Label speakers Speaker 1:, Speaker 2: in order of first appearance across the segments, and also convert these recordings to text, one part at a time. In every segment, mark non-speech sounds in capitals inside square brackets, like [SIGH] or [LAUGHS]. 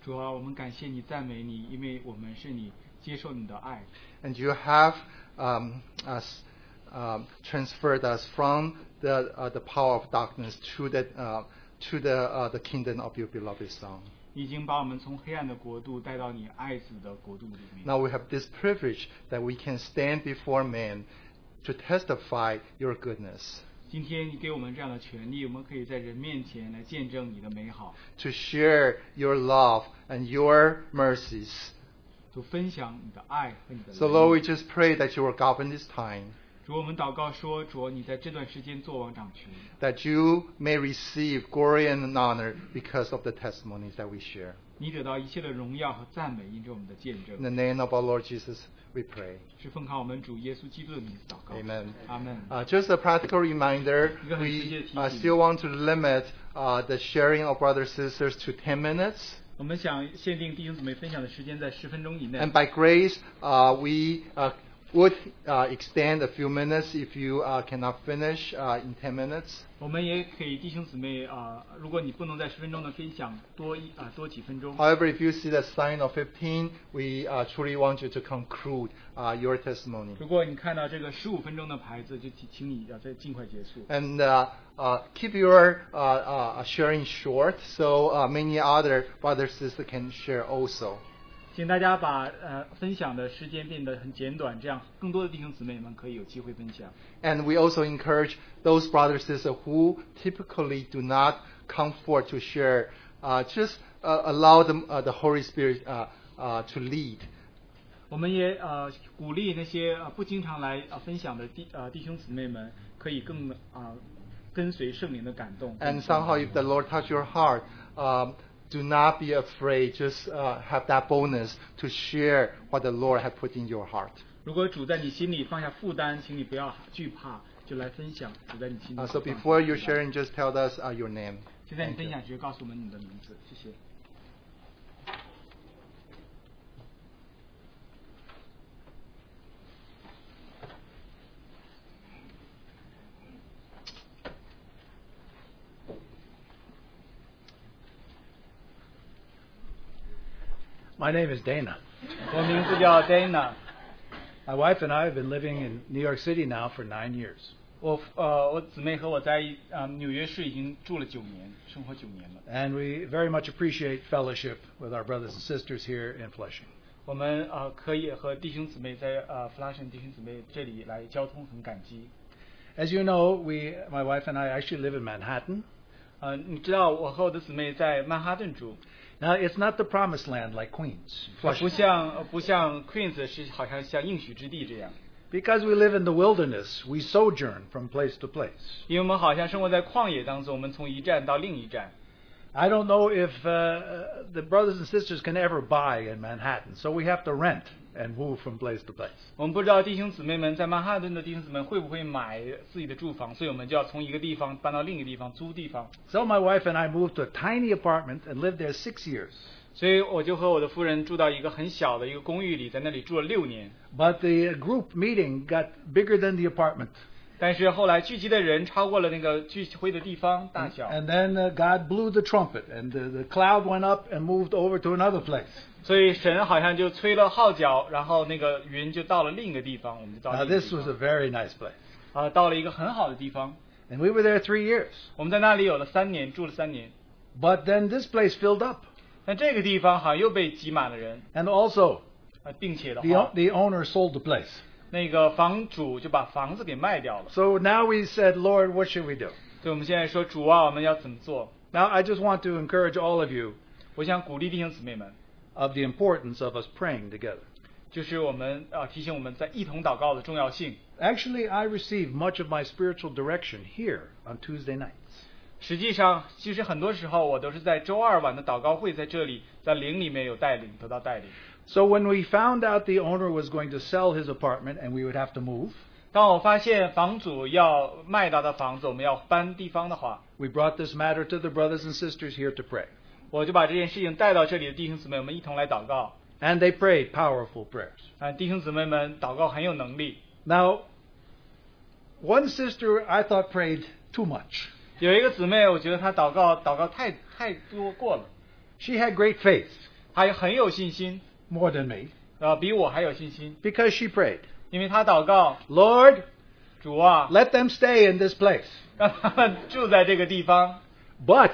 Speaker 1: 主啊，我们感谢你，赞美你，因为我们是你接受你的爱，
Speaker 2: And you have um, us, um, transferred us from the, uh, the power of darkness to the, uh, to the, uh, the kingdom of your beloved Son.
Speaker 1: 你已经把我们从黑暗的国度带到你爱子的国度里面。
Speaker 2: Now we have this privilege that we can stand before men to testify your goodness,
Speaker 1: 今天你给我们这样的权利，我们可以在人面前来见证你的美好，
Speaker 2: to share your love and your mercies.
Speaker 1: 就分享你的爱和你的。
Speaker 2: So Lord, we just pray that you will govern this time,
Speaker 1: 主，我们祷告说，主，啊你在这段时间做王掌权，
Speaker 2: that you may receive glory and honor because of the testimonies that we share.
Speaker 1: 你得到一切的荣耀和赞美，因着我们的见
Speaker 2: In the
Speaker 1: 证。
Speaker 2: name of our Lord Jesus, we pray.
Speaker 1: 是奉靠我们主耶稣基督的名字祷告。
Speaker 2: Amen.
Speaker 1: 阿门。
Speaker 2: Uh, just a practical reminder,
Speaker 1: 一个很直接
Speaker 2: we
Speaker 1: 的提醒。
Speaker 2: uh, still want to limit uh, the sharing of brothers and sisters to 10 minutes.
Speaker 1: 我们想限定弟兄姊妹分享的时间在十分钟以内。
Speaker 2: And by grace, uh, we uh, would uh, extend a few minutes if you uh, cannot finish uh, in 10 minutes.
Speaker 1: 我们也给弟兄姊妹啊、呃如果你不能在十分钟的分享，多一啊、多几分钟。
Speaker 2: However, if you see the sign of 15, we uh, truly want you to conclude uh, your testimony.
Speaker 1: 如果你看到这个十五分钟的牌子，就请请你要再尽快结束。
Speaker 2: And uh, uh, keep your uh, uh, sharing short so uh, many other brothers and sisters can share also.
Speaker 1: 请大家把呃分享的时间变得很简短，这样更多的弟兄姊妹们可以有机会分享。
Speaker 2: And we also encourage those brothers and sisters who typically do not come forward to share, uh, just uh, allow them, uh, the Holy Spirit uh, uh, to lead.
Speaker 1: 我们也呃鼓励那些呃不经常来呃分享的弟呃弟兄姊妹们，可以更啊、呃跟随圣灵的感动。
Speaker 2: And somehow, if the Lord touch your heart, um, do not be afraid. Just uh, have that boldness to share what the Lord had put in your heart.
Speaker 1: 如果主在你心里放下负担，请你不要惧怕，就来分享主在你心里放
Speaker 2: Uh,
Speaker 1: 下
Speaker 2: so
Speaker 1: 负担。
Speaker 2: before you sharing, just tell us uh, your name.
Speaker 1: 现在你分享直接告诉我们你的名字，谢谢。
Speaker 3: My name is Dana.
Speaker 1: 我名字叫 Dana，
Speaker 3: My wife and I have been living in New York City now for nine years.
Speaker 1: 我呃我姊妹和我在呃纽约市已经住了九年，生活九年了。
Speaker 3: And we very much appreciate fellowship with our brothers and sisters here in Flushing.
Speaker 1: 我们呃可以和弟兄姊妹在呃 Flushing 弟兄姊妹这里来交通，很感激。
Speaker 3: As you know, we, my wife and I actually live in Manhattan.
Speaker 1: 呃，Uh, 你知道我和我的姊妹在曼哈顿住，
Speaker 3: Now, it's not the promised land like Queens,
Speaker 1: 不
Speaker 3: Flushing.
Speaker 1: 像呃不像 Queens 是好像像应许之地这样，
Speaker 3: Because we live in the wilderness, we sojourn from place to place.
Speaker 1: 因为我们好像生活在旷野当中，我们从一站到另一站。
Speaker 3: I don't know if uh, the brothers and sisters can ever buy in Manhattan, so we have to rent and move from place to place.
Speaker 1: 我们不知道弟兄姊妹们在曼哈顿的弟兄姊妹会不会买自己的住房，所以我们就要从一个地方搬到另一个地方租地方。
Speaker 3: So my wife and I moved to a tiny apartment and lived there six years.
Speaker 1: 所以我就和我的夫人住到一个很小的一个公寓里，在那里住了六年。
Speaker 3: But the group meeting got bigger than the apartment.
Speaker 1: 但是后来聚集的人超过了那个聚会的地方大小，
Speaker 3: And then uh, God blew the trumpet, and the, the cloud went up and moved over to another place.
Speaker 1: 所以神好像就吹了号角，然后那个云就到了另一个地方，我们就到
Speaker 3: Now,
Speaker 1: 了另一个
Speaker 3: this
Speaker 1: 地
Speaker 3: was
Speaker 1: 方
Speaker 3: a very nice place.
Speaker 1: 啊、到了一个很好的地方。
Speaker 3: And we were there three years.
Speaker 1: 我们在那里有了三年，住了三年。
Speaker 3: But then this place filled up.
Speaker 1: 但这个地方好像又被挤满了人
Speaker 3: And also,
Speaker 1: 啊、并且的
Speaker 3: the, o-
Speaker 1: 话，
Speaker 3: the owner sold the place.
Speaker 1: 那个房主就把房子给卖掉了。
Speaker 3: So now we said, Lord, what should we do?
Speaker 1: 所以我们现在说，主啊，我们要怎么做？
Speaker 3: Now, I just want to encourage all of you
Speaker 1: 我想鼓励弟兄姊妹们，
Speaker 3: of the importance of us praying together.
Speaker 1: 就是我们啊、提醒我们在一同祷告的重要性。
Speaker 3: Actually, I received much of my spiritual direction here on Tuesday nights.
Speaker 1: 实际上，其实很多时候我都是在周二晚的祷告会在这里，在灵里面有带领，得到带领。
Speaker 3: So when we found out the owner was going to sell his apartment and we would have to move,
Speaker 1: 当我发现房主要卖他的房子，我们要搬地方的话，
Speaker 3: we brought this matter to the brothers and sisters here to pray.
Speaker 1: 我就把这件事情带到这里的弟兄姊妹们一同来祷告。
Speaker 3: And they prayed powerful prayers.
Speaker 1: 啊，弟兄姊妹们祷告很有能力。
Speaker 3: Now, one sister I thought prayed too much.
Speaker 1: 有一个姊妹，我觉得她祷告祷告太太多过了，
Speaker 3: She had great faith,
Speaker 1: 还很有信心，
Speaker 3: more than me
Speaker 1: 呃，比我还有信心，
Speaker 3: because she prayed,
Speaker 1: 因为他祷告，
Speaker 3: Lord,
Speaker 1: 主啊，
Speaker 3: let them stay in this place.
Speaker 1: 让他们住在这个地方，
Speaker 3: But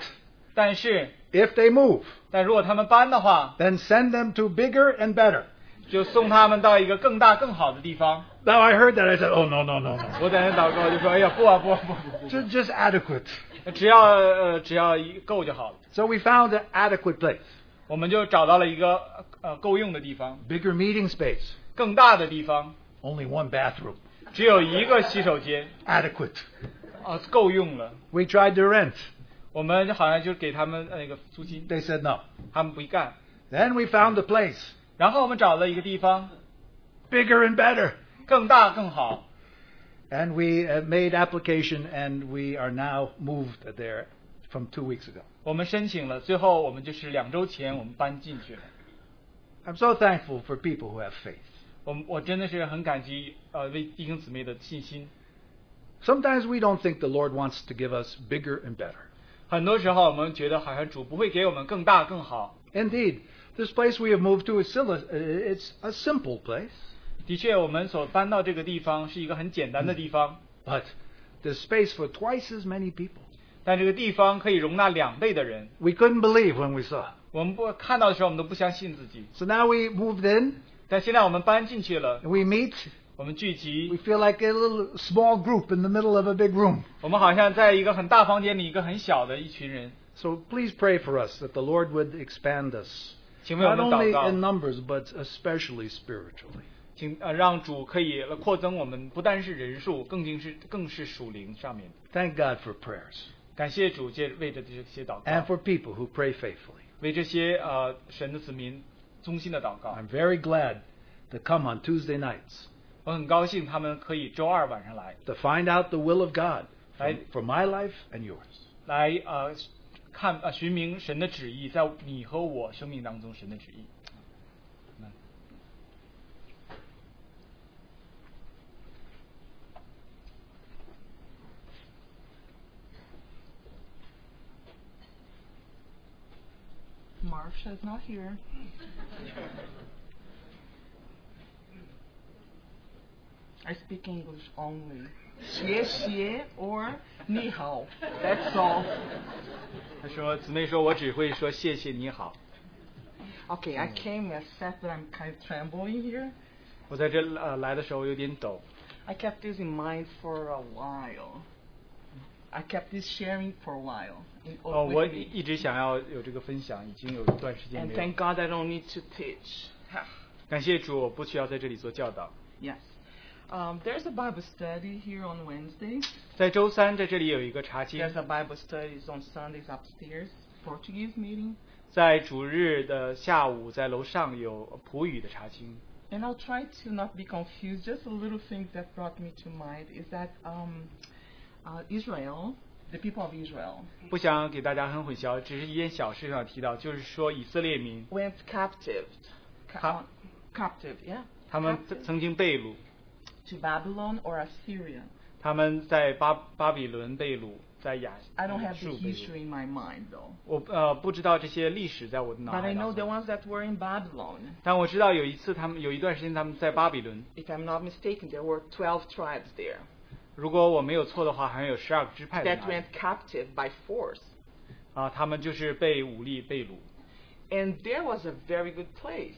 Speaker 1: 但是，
Speaker 3: if they move,
Speaker 1: 但如果他们搬的话，
Speaker 3: then send them to bigger and better.
Speaker 1: 就送他们到一个更大更好的地方。
Speaker 3: Now I heard that I said, oh no no no no,
Speaker 1: 我在那祷告，就说，哎呀，不啊不啊不啊不啊
Speaker 3: just, just adequate.
Speaker 1: 不啊，只要呃只要一够就好了。
Speaker 3: So we found an adequate place,
Speaker 1: 我们就找到了一个呃够用的地方，
Speaker 3: bigger meeting space,
Speaker 1: 更大的地方，
Speaker 3: only one bathroom,
Speaker 1: 只有一个洗手间，
Speaker 3: adequate.
Speaker 1: 啊，够用了。
Speaker 3: We tried to rent.
Speaker 1: 我们好像就给他们呃那个租金，
Speaker 3: They said no.
Speaker 1: 他们不干。
Speaker 3: Then we found a place,
Speaker 1: 然后我们找了一个地方，
Speaker 3: bigger and better.
Speaker 1: 更大更好，
Speaker 3: And we uh, made application and we are now moved there from two weeks ago.
Speaker 1: 我们申请了。最后我们就是两周前我们搬进去了。
Speaker 3: I'm so thankful for people who have faith.
Speaker 1: 我我真的是很感激呃为弟兄姊妹的信心。
Speaker 3: Sometimes we don't think the Lord wants to give us bigger and better.
Speaker 1: 很多时候我们觉得好像主不会给我们更大更好。
Speaker 3: Indeed, this place we have moved to is still a, uh, it's a simple place,
Speaker 1: 的确，我们所搬到这个地方是一个很简单的地方，
Speaker 3: but there's space for twice as many people.
Speaker 1: 但这个地方可以容纳两倍的人。
Speaker 3: We couldn't believe when we saw. it.
Speaker 1: 我们不看到的时候，我们都不相信自己。
Speaker 3: So now we moved in
Speaker 1: 但现在我们搬进去了，
Speaker 3: and we meet.
Speaker 1: 我们聚
Speaker 3: We
Speaker 1: 集，
Speaker 3: feel like a little small group in the middle of a big room.
Speaker 1: 我们好像在一个很大房间里，一个很小的一群人。
Speaker 3: So please pray for us that the Lord would expand us,
Speaker 1: 请为我
Speaker 3: not
Speaker 1: 们
Speaker 3: only
Speaker 1: 祷
Speaker 3: in
Speaker 1: 告，
Speaker 3: numbers but especially spiritually.
Speaker 1: 请呃让主可以扩增我们，不单是人数，更竟是更是属灵上面的。
Speaker 3: Thank God for prayers
Speaker 1: 感谢主借为着这些祷
Speaker 3: and
Speaker 1: 告，
Speaker 3: for people who pray faithfully.
Speaker 1: 为这些呃神的子民衷心的祷告。
Speaker 3: I'm very glad to come on Tuesday nights
Speaker 1: 我很高兴他们可以周二晚上来，
Speaker 3: to find out the will of God for,
Speaker 1: Right.
Speaker 3: for my life and yours.
Speaker 1: 来呃看呃寻明神的旨意，在你和我生命当中神的旨意。
Speaker 4: Marsha's not here. I speak English only. Xie xie or ni hao. That's all.
Speaker 1: 他说姊妹说，我只会说谢谢你好。
Speaker 4: Okay, I came except that I'm kind of trembling here.
Speaker 1: 我在这呃来的时候有点抖，
Speaker 4: I kept this in mind for a while. I kept this sharing for a while. in-
Speaker 1: 哦，
Speaker 4: with
Speaker 1: 我
Speaker 4: me.
Speaker 1: 一直想要有这个分享，已经有一段时间
Speaker 4: And
Speaker 1: 没有
Speaker 4: thank。God I don't need to teach. Ha.
Speaker 1: 感谢主，我不需要在这里做教导。
Speaker 4: yes. Um, there's a Bible study here on Wednesdays.
Speaker 1: 在周三，在这里有一个茶经
Speaker 4: There's，a Bible studies on Sundays upstairs, Portuguese meeting,
Speaker 1: 在主日的下午，在楼上有普语的茶经。
Speaker 4: and I'll try to not be confused. Just a little thing that brought me to mind is that um, uh, Israel, the people of Israel,
Speaker 1: 不想给大家很混淆，只是一件小事上提到，就是说以色列民
Speaker 4: went captive,
Speaker 1: Cap-
Speaker 4: captive, yeah,
Speaker 1: 他们
Speaker 4: captive
Speaker 1: 曾经被掳，
Speaker 4: to Babylon or Assyria.
Speaker 1: 他们在巴巴比伦被掳，在亚
Speaker 4: I don't have
Speaker 1: 述
Speaker 4: the
Speaker 1: 被掳
Speaker 4: history in my mind though,
Speaker 1: 我呃不知道这些历史在我的脑
Speaker 4: but
Speaker 1: 海
Speaker 4: I
Speaker 1: 当
Speaker 4: know the
Speaker 1: 中，
Speaker 4: ones that were in Babylon.
Speaker 1: 但我知道有一次他们有一段时间他们在巴比伦，
Speaker 4: If I'm not mistaken, there were 12 tribes there
Speaker 1: 如果我没有错的话，好像有十二个支派在
Speaker 4: that
Speaker 1: 那里
Speaker 4: went captive by force.
Speaker 1: 啊，他们就是被武力被掳。
Speaker 4: And there was a very good place,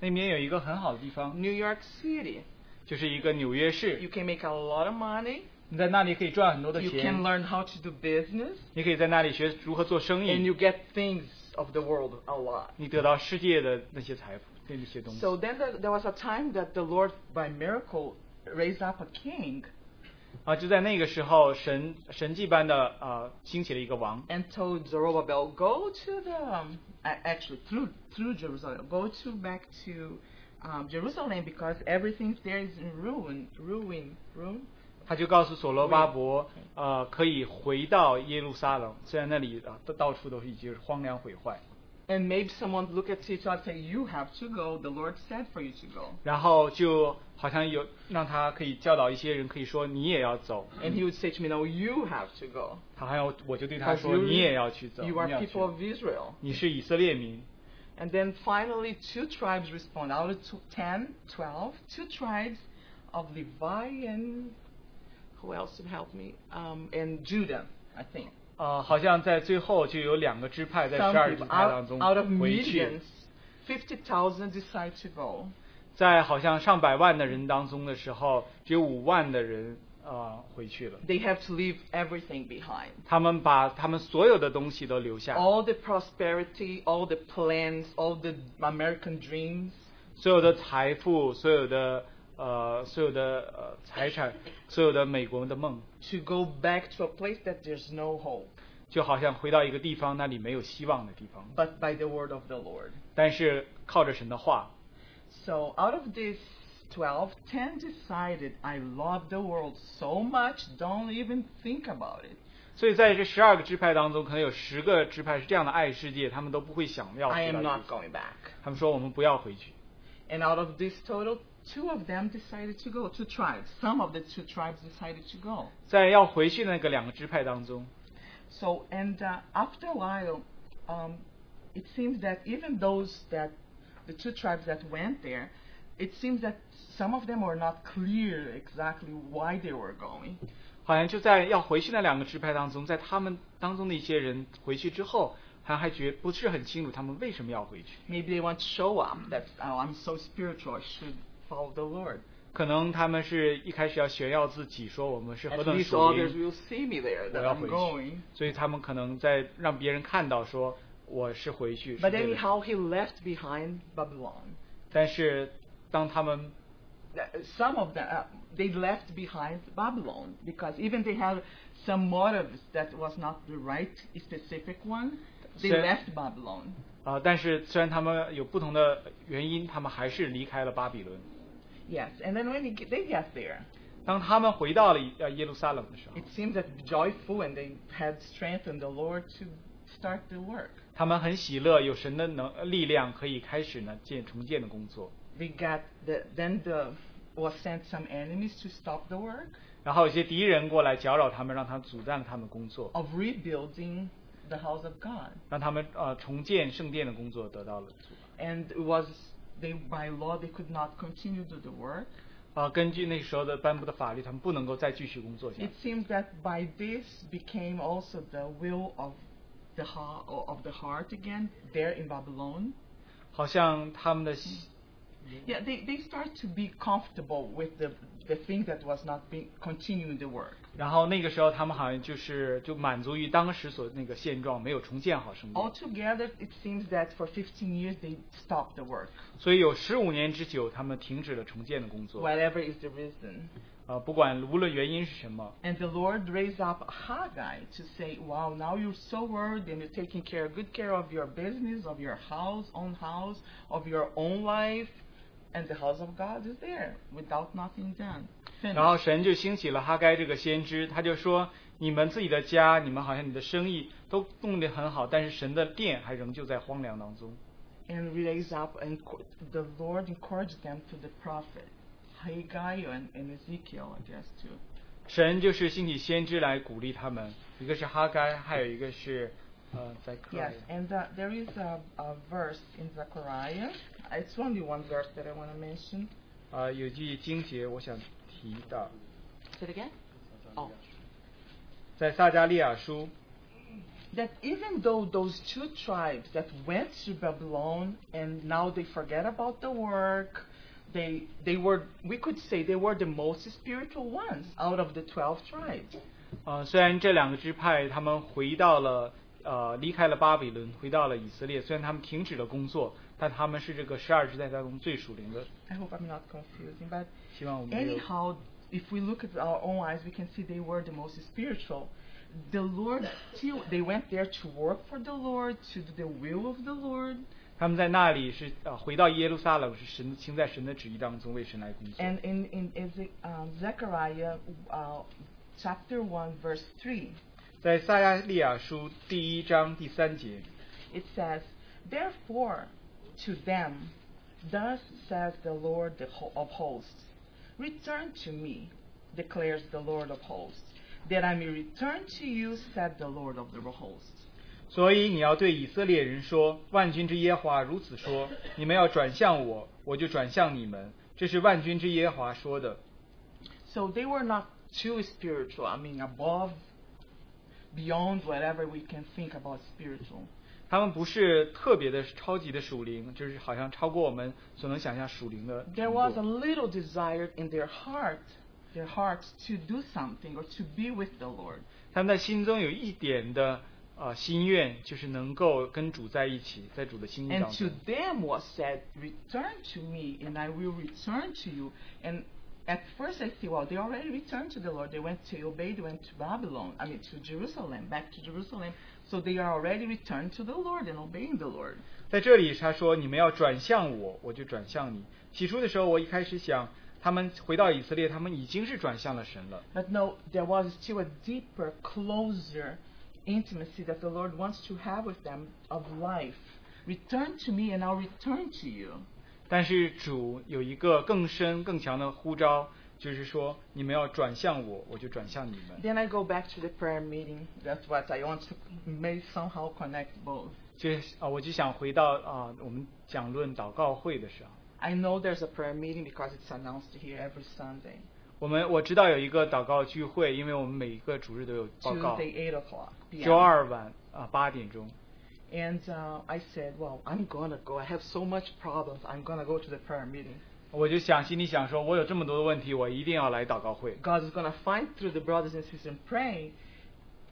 Speaker 1: 那边有一个很好的地方，
Speaker 4: New York City.
Speaker 1: 就是一个纽约
Speaker 4: You
Speaker 1: 市，
Speaker 4: can make a lot of money.
Speaker 1: 你在那里可以赚很多的
Speaker 4: You can
Speaker 1: 钱，
Speaker 4: learn how to do business,
Speaker 1: 你可以在那里学如何做生
Speaker 4: and
Speaker 1: 意，
Speaker 4: you get things of the world a lot.
Speaker 1: 你得到世界的那些财富，那些东西。
Speaker 4: So then there, there was a time that the Lord, by miracle, raised up a king
Speaker 1: 啊，就在那个时候，神神迹般的啊兴起了一个王，
Speaker 4: and told Zerubbabel, "Go to the um, a- actually through through Jerusalem, go to back to um, Jerusalem because everything there is in ruin, ruin, ruin."
Speaker 1: 他就告诉所罗巴伯，呃，可以回到耶路撒冷，虽然那里啊到到处都已经是荒凉毁坏。
Speaker 4: And maybe someone look at each other and say, "You have to go. The Lord said for you to go."
Speaker 1: 然后就好像有让他可以教导一些人，可以说你也要走。
Speaker 4: And he would say to me, "No, you have to go.
Speaker 1: 他好像我就对他
Speaker 4: Because
Speaker 1: 说
Speaker 4: you-
Speaker 1: 你也要去走，你
Speaker 4: You are 嗯
Speaker 1: 要去
Speaker 4: people of Israel."
Speaker 1: 你是以色列民，
Speaker 4: And then finally, two tribes respond. Out of tw- 10, 12, two tribes of Levi and who else would help me? Um, and Judah, I think.
Speaker 1: 啊、好像在最后就有两个支派在
Speaker 4: Some
Speaker 1: 十二支
Speaker 4: people
Speaker 1: 派当
Speaker 4: out,
Speaker 1: 中
Speaker 4: out of
Speaker 1: 回去
Speaker 4: millions,，50,000 decide to go.
Speaker 1: 在好像上百万的人当中的时候，只有五万的人啊、回去了。
Speaker 4: They have to leave everything behind.
Speaker 1: 他们把他们所有的东西都留下，
Speaker 4: All the prosperity, all the plans, all the American dreams.
Speaker 1: 所有的财富，所有的呃，所有的呃
Speaker 4: [LAUGHS]
Speaker 1: 财产，所有的美国的梦，
Speaker 4: to go back to a place that there's no hope,
Speaker 1: 就好像回到一个地方，那里没有希望的地方。
Speaker 4: but by the word of the Lord.
Speaker 1: 但是靠着神的话，
Speaker 4: So out of these 12, 10 decided, I love the world so much, don't even think about it.
Speaker 1: 所以在这十二个支派当中，可能有十个支派是这样的爱世界，他们都不会想要
Speaker 4: I
Speaker 1: 回
Speaker 4: am
Speaker 1: 到
Speaker 4: not
Speaker 1: 这个。
Speaker 4: going back.
Speaker 1: 他们说我们不要回去。
Speaker 4: And out of this total, two of them decided to go, two tribes. Some of the two tribes decided to go.
Speaker 1: 在要回去那个两个支派当中，
Speaker 4: So, and uh, after a while, um, it seems that even those that, the two tribes that went there, it seems that some of them were not clear exactly why they were going.
Speaker 1: 好像就在要回去那两个支派当中，在他们当中的一些人回去之后，好像还觉不是很清楚他们为什么要回去。
Speaker 4: Maybe they want to show up that, oh, I'm so spiritual, I should follow the Lord.
Speaker 1: 可能他们是一开始要炫耀自己，说我们是何
Speaker 4: At
Speaker 1: 等
Speaker 4: least
Speaker 1: 属
Speaker 4: others
Speaker 1: 灵，
Speaker 4: will see me there,
Speaker 1: 我
Speaker 4: that
Speaker 1: 要
Speaker 4: I'm
Speaker 1: 回
Speaker 4: going.
Speaker 1: 去，所以他们可能在让别人看到说我是回去。是
Speaker 4: But
Speaker 1: 为了
Speaker 4: anyhow, he left behind Babylon.
Speaker 1: 但是当他们
Speaker 4: Th- Some of them, uh, they left behind Babylon because even they had some motives that was not the right specific one. They
Speaker 1: So-
Speaker 4: left Babylon.
Speaker 1: 啊、但是虽然他们有不同的原因，他们还是离开了巴比伦。
Speaker 4: Yes, and then when he get, they get there,
Speaker 1: 当他们回到了呃耶路撒冷的时候
Speaker 4: it，seems that joyful and they had strength in the Lord to start the work.
Speaker 1: 他们很喜乐，有神的能呃力量可以开始呢建重建的工作。
Speaker 4: They got the then the was sent some enemies to stop the work
Speaker 1: 然后有些敌人过来搅扰他们，让他们阻断了他们的工作，
Speaker 4: of rebuilding the house of God,
Speaker 1: 让他们呃重建圣殿的工作得到了阻碍。
Speaker 4: and it was they by law they could not continue to do the work.
Speaker 1: 啊、根据那时候的颁布的法律，他们不能够再继续工作下去
Speaker 4: It。seems that by this became also the will of the heart of the heart again there in Babylon.
Speaker 1: 好像他们的心
Speaker 4: Yeah, they, they start to be comfortable with the the thing that was not being continuing the work.
Speaker 1: 然后那个时候，他们好像就是就满足于当时所那个现状，没有重建好圣
Speaker 4: Oh
Speaker 1: 殿，
Speaker 4: Altogether, it seems that for 15 years they stopped the work,
Speaker 1: 所以有十五年之久，他们停止了重建的工作。
Speaker 4: whatever is the reason.
Speaker 1: 呃，不管无论原因是什么，
Speaker 4: And the Lord raised up Haggai to say, "Wow, now you're so worried, and you're taking care, good care of your business, of your house, own house, of your own life, and the house of God is there without nothing done."
Speaker 1: 然后
Speaker 4: Finished.
Speaker 1: 神就兴起了哈该这个先知，他就说：你们自己的家，你们好像你的生意都弄得很好，但是神的殿还仍旧在荒凉当中。
Speaker 4: and raise up and co- the Lord encouraged them to the prophet Haggai and, and Ezekiel, I guess too.
Speaker 1: 神就是兴起先知来鼓励他们，一个是哈该，还有一个是呃在克
Speaker 4: Yes, and uh, there is a, a verse in Zechariah. It's only one verse that I want to mention.
Speaker 1: 啊、呃有句经节我想提到，
Speaker 4: Say it again. Oh,
Speaker 1: 在撒加利亚书，
Speaker 4: that even though those two tribes that went to Babylon and now they forget about the work, they they were we could say they were the most spiritual ones out of the twelve tribes.
Speaker 1: 呃虽然这两个支派他们回到了呃离开了巴比伦，回到了以色列，虽然他们停止了工作，但他们是这个十二支派当中最属灵的。
Speaker 4: I hope I'm not confusing, but
Speaker 1: 希望我们有
Speaker 4: anyhow, if we look at our own eyes, we can see they were the most spiritual. The Lord, still, they went there to work for the Lord, to do the will of the Lord,
Speaker 1: 他们在那里是呃回到耶路撒冷，是神行在神的旨意当中为神来工作。
Speaker 4: And in, in Eze- um, Zechariah uh, chapter 1, verse 3,
Speaker 1: 在撒亚利亚书第一章第三节，
Speaker 4: it says, Therefore to them, thus says the Lord the ho- of hosts, Return to me, declares the Lord of hosts, that I may return to you, said the Lord of the hosts.
Speaker 1: 所以你要对以色列人说：万军之耶和华如此说：你们要转向我，我就转向你们。这是万军之耶和华说的。
Speaker 4: So they were not too spiritual. I mean, above, beyond whatever we can think about spiritual.
Speaker 1: 他们不是特别的超级的属灵，就是好像超过我们所能想象属灵的程
Speaker 4: There was a
Speaker 1: 度。
Speaker 4: little desire in their heart, their hearts to do something or to be with the Lord.
Speaker 1: 他们在心中有一点的呃心愿，就是能够跟主在一起，在主的心意
Speaker 4: And
Speaker 1: 当
Speaker 4: to
Speaker 1: 中。
Speaker 4: them was said, Return to me, and I will return to you. And at first I see, well, they already returned to the Lord. They went to obey, they went to Babylon, I mean to Jerusalem, back to Jerusalem. So they are already returned to the Lord and obeying the Lord.
Speaker 1: 在这里他说：“你们要转向我，我就转向你。”起初的时候，我一开始想，他们回到以色列，他们已经是转向了神了。
Speaker 4: But no, there was still a deeper, closer intimacy that the Lord wants to have with them of life. Return to me, and I'll return to you.
Speaker 1: 但是主有一个更深更强的呼召，就是说你们要转向我，我就转向你们。
Speaker 4: Then I go back to the prayer meeting. That's what I want to may somehow connect both.
Speaker 1: 就是啊、我就想回到啊、我们讲论祷告会的时候，
Speaker 4: I know there's a prayer meeting because it's announced here every Sunday,
Speaker 1: 我们我知道有一个祷告聚会，因为我们每一个主日都有报告，
Speaker 4: Tuesday, 8 o'clock p.m.
Speaker 1: 周二晚啊八、点钟。
Speaker 4: And uh, I said, well, I'm going to go. I have so much problems. I'm going to go to the prayer meeting.
Speaker 1: 我就想心里想说，我有这么多的问题，我一定要来祷告会。
Speaker 4: God is going to find through the brothers and sisters praying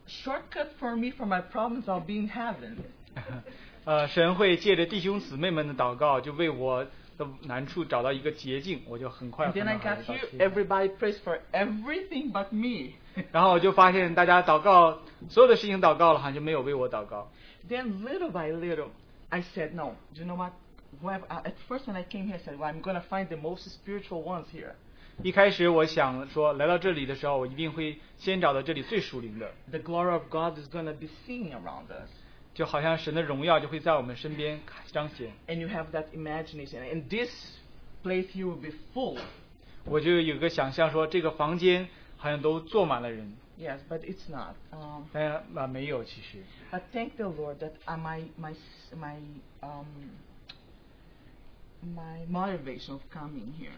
Speaker 4: shortcut for me for my problems. I'll be in heaven.
Speaker 1: [LAUGHS] 呃，神会借着弟兄姊妹们的祷告，就为我的难处找到一个捷径，我就很快
Speaker 4: And
Speaker 1: 很
Speaker 4: then I
Speaker 1: 快地
Speaker 4: got
Speaker 1: 到
Speaker 4: here.
Speaker 1: 天堂
Speaker 4: Everybody prays for everything but me.
Speaker 1: 然后我就发现大家祷告所有的事情祷告了，好像就没有为我祷告。
Speaker 4: Then little by little, I said, no, do you know what? Whoever, uh, at first when I came here, I said, well, I'm going to find the most spiritual ones here.
Speaker 1: 一开始我想说，来到这里的时候，我一定会先找到这里最属灵的，
Speaker 4: The glory of God is going to be seen around us.
Speaker 1: 就好像神的荣耀就会在我们身边彰显。
Speaker 4: And you have that imagination. And this place here will be full.
Speaker 1: 我就有个想象说，这个房间好像都坐满了人，
Speaker 4: Yes, but it's not. Um,
Speaker 1: 但啊、没有其实。
Speaker 4: I thank the Lord that uh, my my s- my um, my motivation of coming here.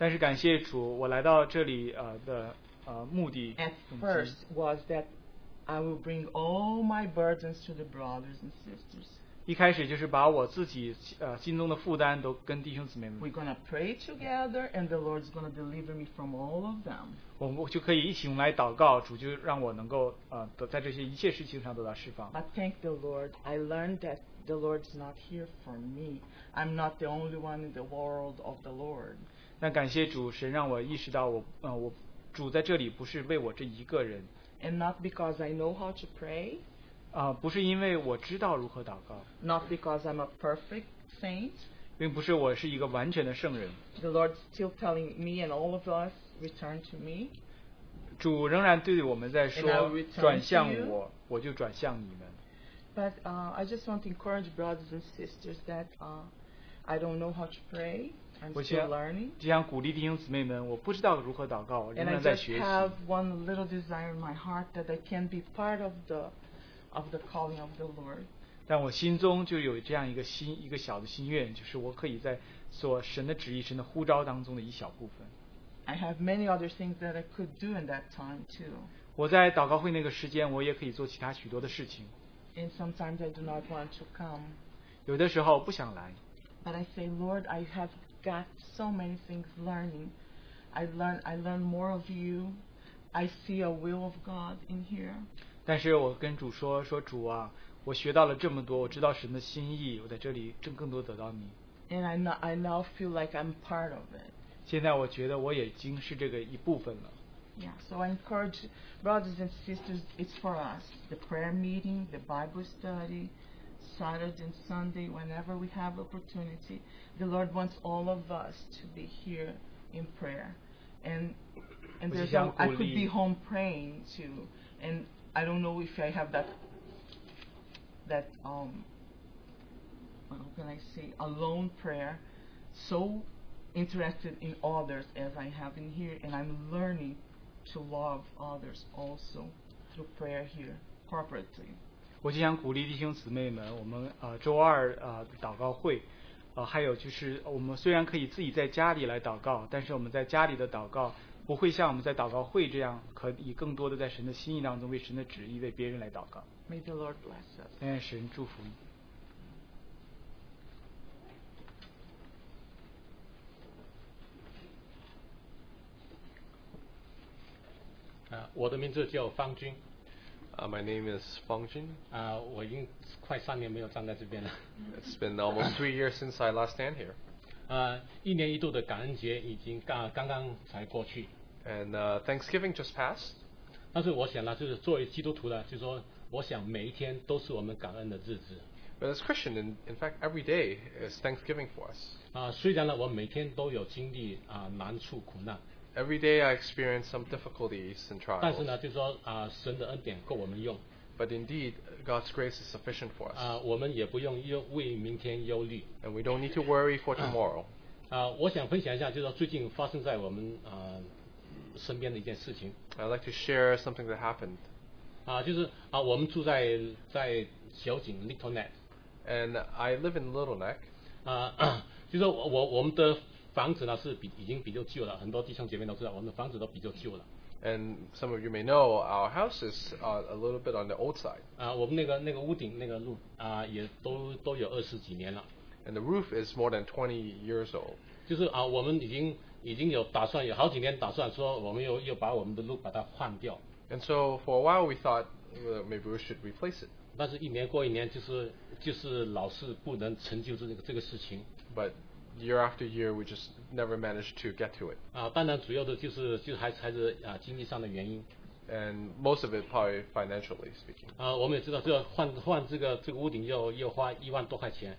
Speaker 1: 但是感谢主，我来到这里呃的呃目的
Speaker 4: At
Speaker 1: 动机
Speaker 4: first was that I will bring all my burdens to the brothers and sisters.
Speaker 1: 一开始就是把我自己呃心中的负担都跟弟兄姊妹
Speaker 4: We're
Speaker 1: 们，
Speaker 4: gonna pray together, and the Lord's gonna deliver me from all of them.
Speaker 1: 我们就可以一起用来祷告，主就让我能够呃得在这些一切事情上得到释放。
Speaker 4: But thank the Lord, I learned that the Lord's not here for me. I'm not the only one in the world of the Lord.
Speaker 1: 但感谢主，神让我意识到我呃我主在这里不是为我这一个人
Speaker 4: And not because I know how to pray,
Speaker 1: 啊、不是因为我知道如何祷告，
Speaker 4: not because I'm a perfect saint.
Speaker 1: 并不是我是一个完全的圣人。
Speaker 4: The Lord's still telling me and all of us, return to me.
Speaker 1: 主仍然对我们在
Speaker 4: And I
Speaker 1: 说
Speaker 4: will return：“
Speaker 1: 转向
Speaker 4: to you.
Speaker 1: 我，我就转向你们。
Speaker 4: But uh, I just want to encourage brothers and sisters that uh, I don't know how to pray. I'm
Speaker 1: Well,
Speaker 4: still
Speaker 1: yeah.
Speaker 4: learning. ”
Speaker 1: 就想鼓励弟兄姊妹们，我不知道如何祷告，我仍
Speaker 4: And I
Speaker 1: 然在
Speaker 4: just
Speaker 1: 学习。
Speaker 4: have one little desire in my heart that I can be part of the of the calling of the Lord.
Speaker 1: 但我心中就有这样一个心，一个小的心愿，就是我可以在所神的旨意、神的呼召当中的一小部分。
Speaker 4: I have many other things that I could do in that time too.
Speaker 1: 我在祷告会那个时间，我也可以做其他许多的事情。
Speaker 4: And sometimes I do not want to come.
Speaker 1: 有的时候不想来，
Speaker 4: But I say, Lord, I have got so many things learning. I learn I learn more of you. I see a will of God in here.
Speaker 1: 但是我跟主说：“说主啊，我学到了这么多，我知道神的心意，我在这里正更多得到你。
Speaker 4: And I now I now feel like I'm part of it.
Speaker 1: 现在我觉得我已经是这个一部分了。
Speaker 4: Yeah, so I encourage brothers and sisters, it's for us. The prayer meeting, the Bible study, Saturday and Sunday, whenever we have opportunity. The Lord wants all of us to be here in prayer. And and
Speaker 1: Pues
Speaker 4: there's
Speaker 1: ya
Speaker 4: no, I could be
Speaker 1: cumplí.
Speaker 4: home praying too. And I don't know if I have that that um how can I say alone prayer so interested in others as I have in here and I'm learning to love others also through prayer here corporately.
Speaker 1: 我就想鼓励弟兄姊妹们，我们呃周二呃祷告会，呃还有就是我们虽然可以自己在家里来祷告，但是我们在家里的祷告不会像我们在祷告会这样，可以更多的在神的心意当中为神的旨意为别人来祷告。
Speaker 4: May the Lord bless us.
Speaker 1: 愿神祝福你。
Speaker 5: 啊，我的名字叫方军，
Speaker 6: Uh, my name is Fang Jin.
Speaker 5: 啊，我已经快三年没有站在这边了。
Speaker 6: It's been almost three years since I last stand here,
Speaker 5: [LAUGHS] 啊，一年一度的感恩节已经刚刚刚才过去，
Speaker 6: and uh, Thanksgiving just passed.
Speaker 5: 但是我想呢，就是作为基督徒呢，就说我想每一天都是我们感恩的日子。
Speaker 6: But as Christian, in, in fact, every day is Thanksgiving for us.
Speaker 5: 啊，虽然呢，我每天都有经历啊难处苦难，
Speaker 6: Every day I experience some difficulties and
Speaker 5: 但是
Speaker 6: trials,
Speaker 5: 呢，就说啊，神的恩典够我们用
Speaker 6: but indeed, God's grace is sufficient for us,
Speaker 5: 啊，我们也不用忧为明天忧虑
Speaker 6: and we don't need to worry for tomorrow.
Speaker 5: 啊。我想分享一下，就是说最近发生在我们啊身边的一件事情。
Speaker 6: I'd like to share something that happened,
Speaker 5: 啊，就是啊，我们住在在小井 Little Net，
Speaker 6: and I live in Little Neck,
Speaker 5: 啊， [CLEARS THROAT] 就是我我我们的房子呢是比已经比较旧了，很多弟兄姐妹都知道，我们的房子都比较旧了。
Speaker 6: and some of you may know our house is uh, a little bit on the old side,
Speaker 5: 啊，我们那个那个屋顶那个路啊，也都都有二十几年了。
Speaker 6: and the roof is more than 20 years old.
Speaker 5: 就是啊，我们已经已经有打算，有好几年打算说，我们又又把我们的路把它换掉。
Speaker 6: And so for a while we thought well, maybe we should replace it,
Speaker 5: 但是，一年过一年，就是就是老是不能成就这个这个事情
Speaker 6: but year after year we just never managed to get to it.
Speaker 5: 啊。当然，主要的就是就还是还是啊经济上的原因
Speaker 6: And most of it probably financially speaking,
Speaker 5: 啊。我们也知道，这个换换这个这个屋顶要要花一万多块钱，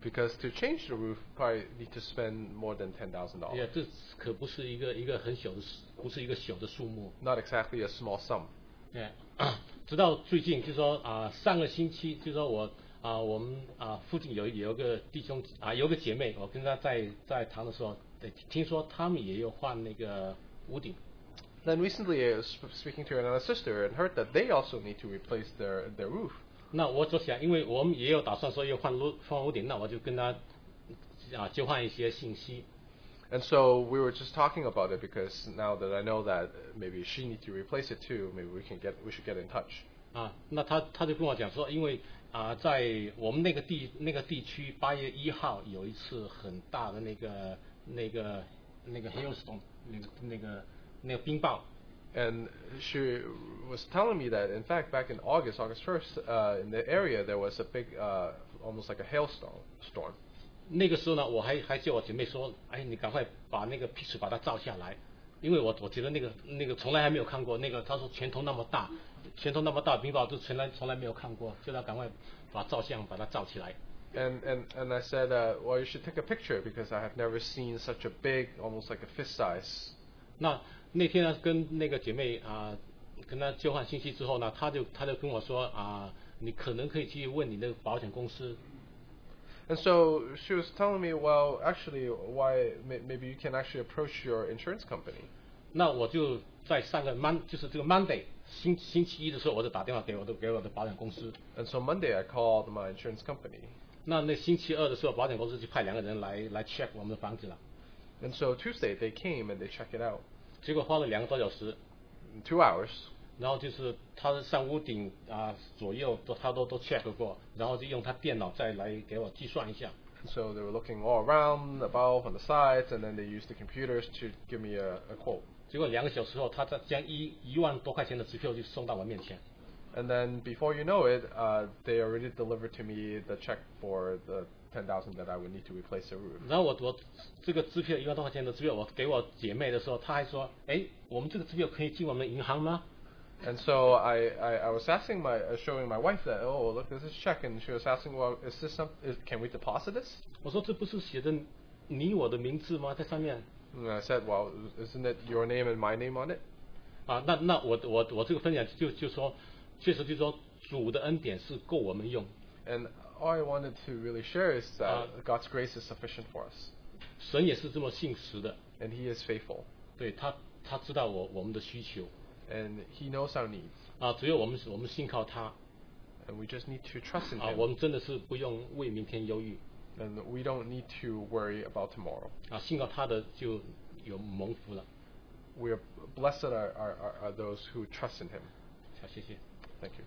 Speaker 6: because to change the roof probably need to spend more than ten thousand
Speaker 5: 也
Speaker 6: dollars.
Speaker 5: 这可不是一个一个很小的数，不是一个小的数目。
Speaker 6: Not exactly a small sum.
Speaker 5: 对，直到最近就说啊、上个星期就说我啊、我们啊、附近有有一个弟兄啊、有个姐妹，我跟她在在谈的时候，对，听说他们也有换那个屋顶
Speaker 6: Then recently I was sp- speaking to another sister and heard that they also need to replace their, their roof.
Speaker 5: 那我就想，因为我们也有打算说要换屋换屋顶，那我就跟她啊、交换一些信息。
Speaker 6: And so we were just talking about it because now that I know that maybe she needs to replace it too, maybe we can get we should get in touch.
Speaker 5: 啊，那他他就跟我讲说，因为啊、在我们那个地那个地区，八月一号有一次很大的那个那个那个 hailstorm，那个那个那个冰雹
Speaker 6: And she was telling me that, in fact, back in August, August 1st, uh, in the area, there was a big, uh, almost like a hailstorm. Storm.
Speaker 5: 那个时候呢，我还还叫我姐妹说，哎，你赶快把那个 picture 把它照下来，因为我我觉得那个那个从来还没有看过那个，她说拳头那么大，拳头那么大的冰雹都从来从来没有看过，叫她赶快把照相把它照起来。
Speaker 6: And, and, and I said, uh, well, you should take a picture because I have never seen such a big, almost like a fist size.
Speaker 5: 那那天呢，跟那个姐妹啊、跟她交换信息之后呢，她就她就跟我说啊、你可能可以去问你那个保险公司
Speaker 6: And so she was telling me, well, actually, why may, maybe you can actually approach your insurance company.
Speaker 5: 那我就在上个 mon 就是这个 Monday 星星期一的时候，我就打电话给我的给我的保险公司。
Speaker 6: And so Monday, I called my insurance company.
Speaker 5: 那那星期二的时候，保险公司就派两个人来来 check 我们的房子了，
Speaker 6: And so Tuesday, they came and they checked it out
Speaker 5: 结果花了两个多小时，
Speaker 6: in two hours.
Speaker 5: 然后就是他上屋顶啊、左右都他都都 check 过，然后就用他电脑再来给我计算一下。
Speaker 6: So they were looking all around, above, on the sides, and then they used the computers to give me a, a quote.
Speaker 5: 结果两个小时后，他再将一一万多块钱的支票就送到我面前。
Speaker 6: And then before you know it, uh, they already delivered to me the check for the 10,000 that I would need to replace the roof.
Speaker 5: 然后我我这个支票一万多块钱的支票，我给我姐妹的时候，她还说：“哎，我们这个支票可以进我们的银行吗
Speaker 6: And so I, I, I was asking my, uh, showing my wife that, oh, look, this is check. And she was asking, well, is this some, is, can we deposit this?？”
Speaker 5: 我说：“这不是写着你我的名字吗？在上面
Speaker 6: And I said, well, isn't it your name and my name on it?
Speaker 5: 啊？”那那我我我这个分享就就说，确实就说主的恩典是够我们用，
Speaker 6: And all I wanted to really share is that
Speaker 5: Uh,
Speaker 6: God's grace is sufficient for us,
Speaker 5: 神也是这么信实的，
Speaker 6: and He is faithful,
Speaker 5: 对他他知道我我们的需求
Speaker 6: and He knows our needs.
Speaker 5: 啊，只有我们我们信靠他，
Speaker 6: and we just need to trust in
Speaker 5: 啊，
Speaker 6: Him.
Speaker 5: 我们真的是不用为明天忧郁
Speaker 6: and we don't need to worry about tomorrow.
Speaker 5: 啊，信靠他的就有蒙福了。
Speaker 6: We are blessed are, are, are, are those who trust in Him.
Speaker 5: 好，谢谢。
Speaker 6: Thank you.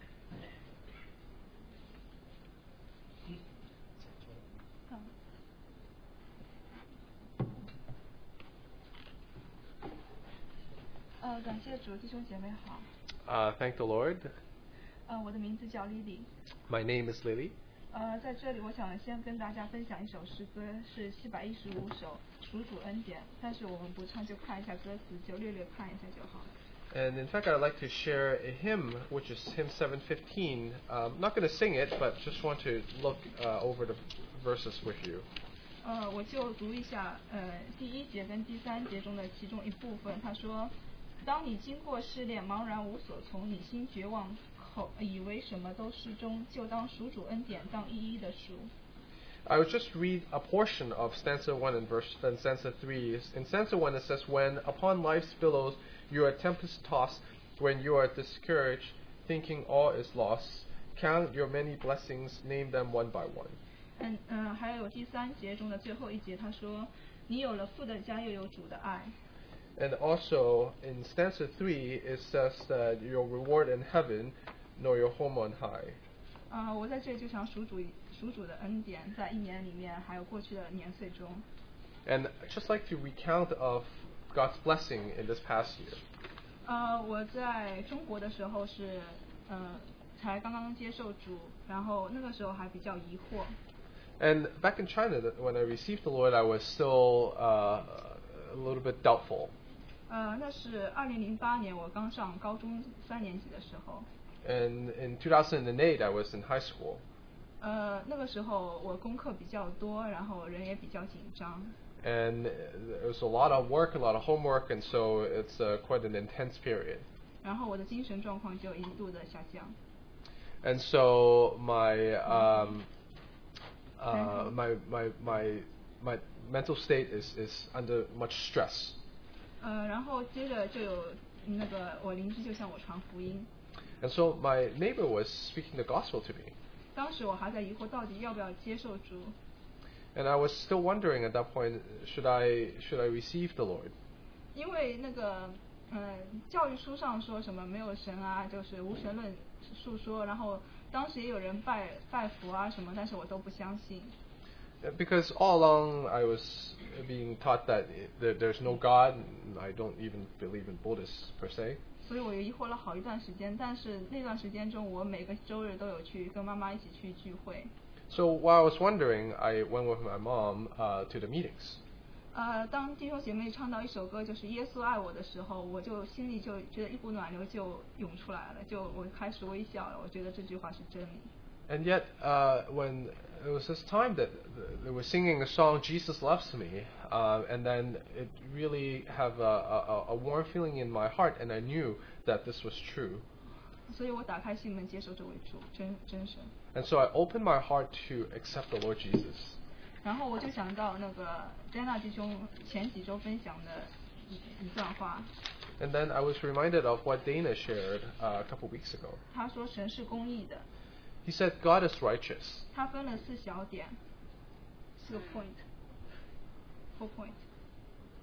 Speaker 7: 嗯呃，感谢主，弟兄姐妹好。
Speaker 6: Uh, thank the Lord.
Speaker 7: 呃，我的名字叫 Lily。
Speaker 6: My name is Lily.
Speaker 7: 呃，在这里我想先跟大家分享一首诗歌，是七百一十五首《数主恩典》，但是我们不唱，就看一下歌词，就略略看一下就好。
Speaker 6: And in fact, I'd like to share a hymn, which is hymn 715. Um, not going to sing it, but just want to look uh, over the verses with you.
Speaker 7: 呃，我就读一下，呃，第一节跟第三节中的其中一部分。他说：“当你经过试炼，茫然无所从，你心绝望，口以为什么都失踪，就当数主恩典，当一一的数。
Speaker 6: I would just read a portion of stanza 1 and verse and stanza 3. In stanza 1 it says, When upon life's billows you are tempest tossed, when you are discouraged, thinking all is lost, count your many blessings, name them one by one. ”
Speaker 7: 嗯嗯、呃还有第三节中的最后一节，他说：“你有了父的家，又有主的爱。
Speaker 6: And also in stanza 3 it says that your reward in heaven, nor your home on high. ”
Speaker 7: 啊、我在这里就想数主数主的恩典，在一年里面，还有过去的年岁中。
Speaker 6: And I'd just like to recount of God's blessing in this past year.
Speaker 7: 呃，我在中国的时候是，呃，才刚刚接受主，然后那个时候还比较疑惑。
Speaker 6: And back in China, th- when I received the Lord, I was still uh, a little bit doubtful.
Speaker 7: 呃，那是二零零八年我刚上高中三年级的时候。
Speaker 6: And in 2008, I was in high school.
Speaker 7: 呃，那个时候我功课比较多，然后人也比较紧张。
Speaker 6: And uh, there was a lot of work, a lot of homework, and so it's uh, quite an intense period.
Speaker 7: 然后我的精神状况就一度的下降，
Speaker 6: And so my um, uh,
Speaker 7: Mental.
Speaker 6: my, my my my mental state is, is under much stress.
Speaker 7: 呃，然后接着就有那个我邻居就向我传福音，
Speaker 6: And so my neighbor was speaking the gospel to me,
Speaker 7: 当时我还在疑惑到底要不要接受主，
Speaker 6: and I was still wondering at that point, should I should I receive the Lord?
Speaker 7: 因为那个呃教育书上说什么没有神啊，就是无神论述说，然后当时也有人拜拜佛啊什么，但是我都不相信。
Speaker 6: Uh, Because all along I was being taught that i- there, there's no God, and I don't even believe in Buddhists per se.
Speaker 7: 所以我疑惑了好一段时间，但是那段时间中，我每个周日都有去跟妈妈一起去聚会。
Speaker 6: So while I was wondering, I went with my mom uh, to the meetings.
Speaker 7: 呃，当弟兄姐妹唱到一首歌就是《耶稣爱我》的时候，我就心里就觉得一股暖流就涌出来了，就我开始微笑了。我觉得这句话是真理。
Speaker 6: And yet, uh, when it was this time that th- they were singing the song "Jesus Loves Me," uh, and then it really have a, a, a warm feeling in my heart, and I knew that this was true.
Speaker 7: 所以我打开心门接受这位主真真神。
Speaker 6: And so I opened my heart to accept the Lord Jesus.
Speaker 7: 然后我就想到那个詹娜弟兄前几周分享的一一段话，
Speaker 6: And then I was reminded of what Dana shared uh, a couple weeks ago.
Speaker 7: 他说神是公义的，
Speaker 6: He said, God is righteous.
Speaker 7: 他分了四小点，四个 point，four point。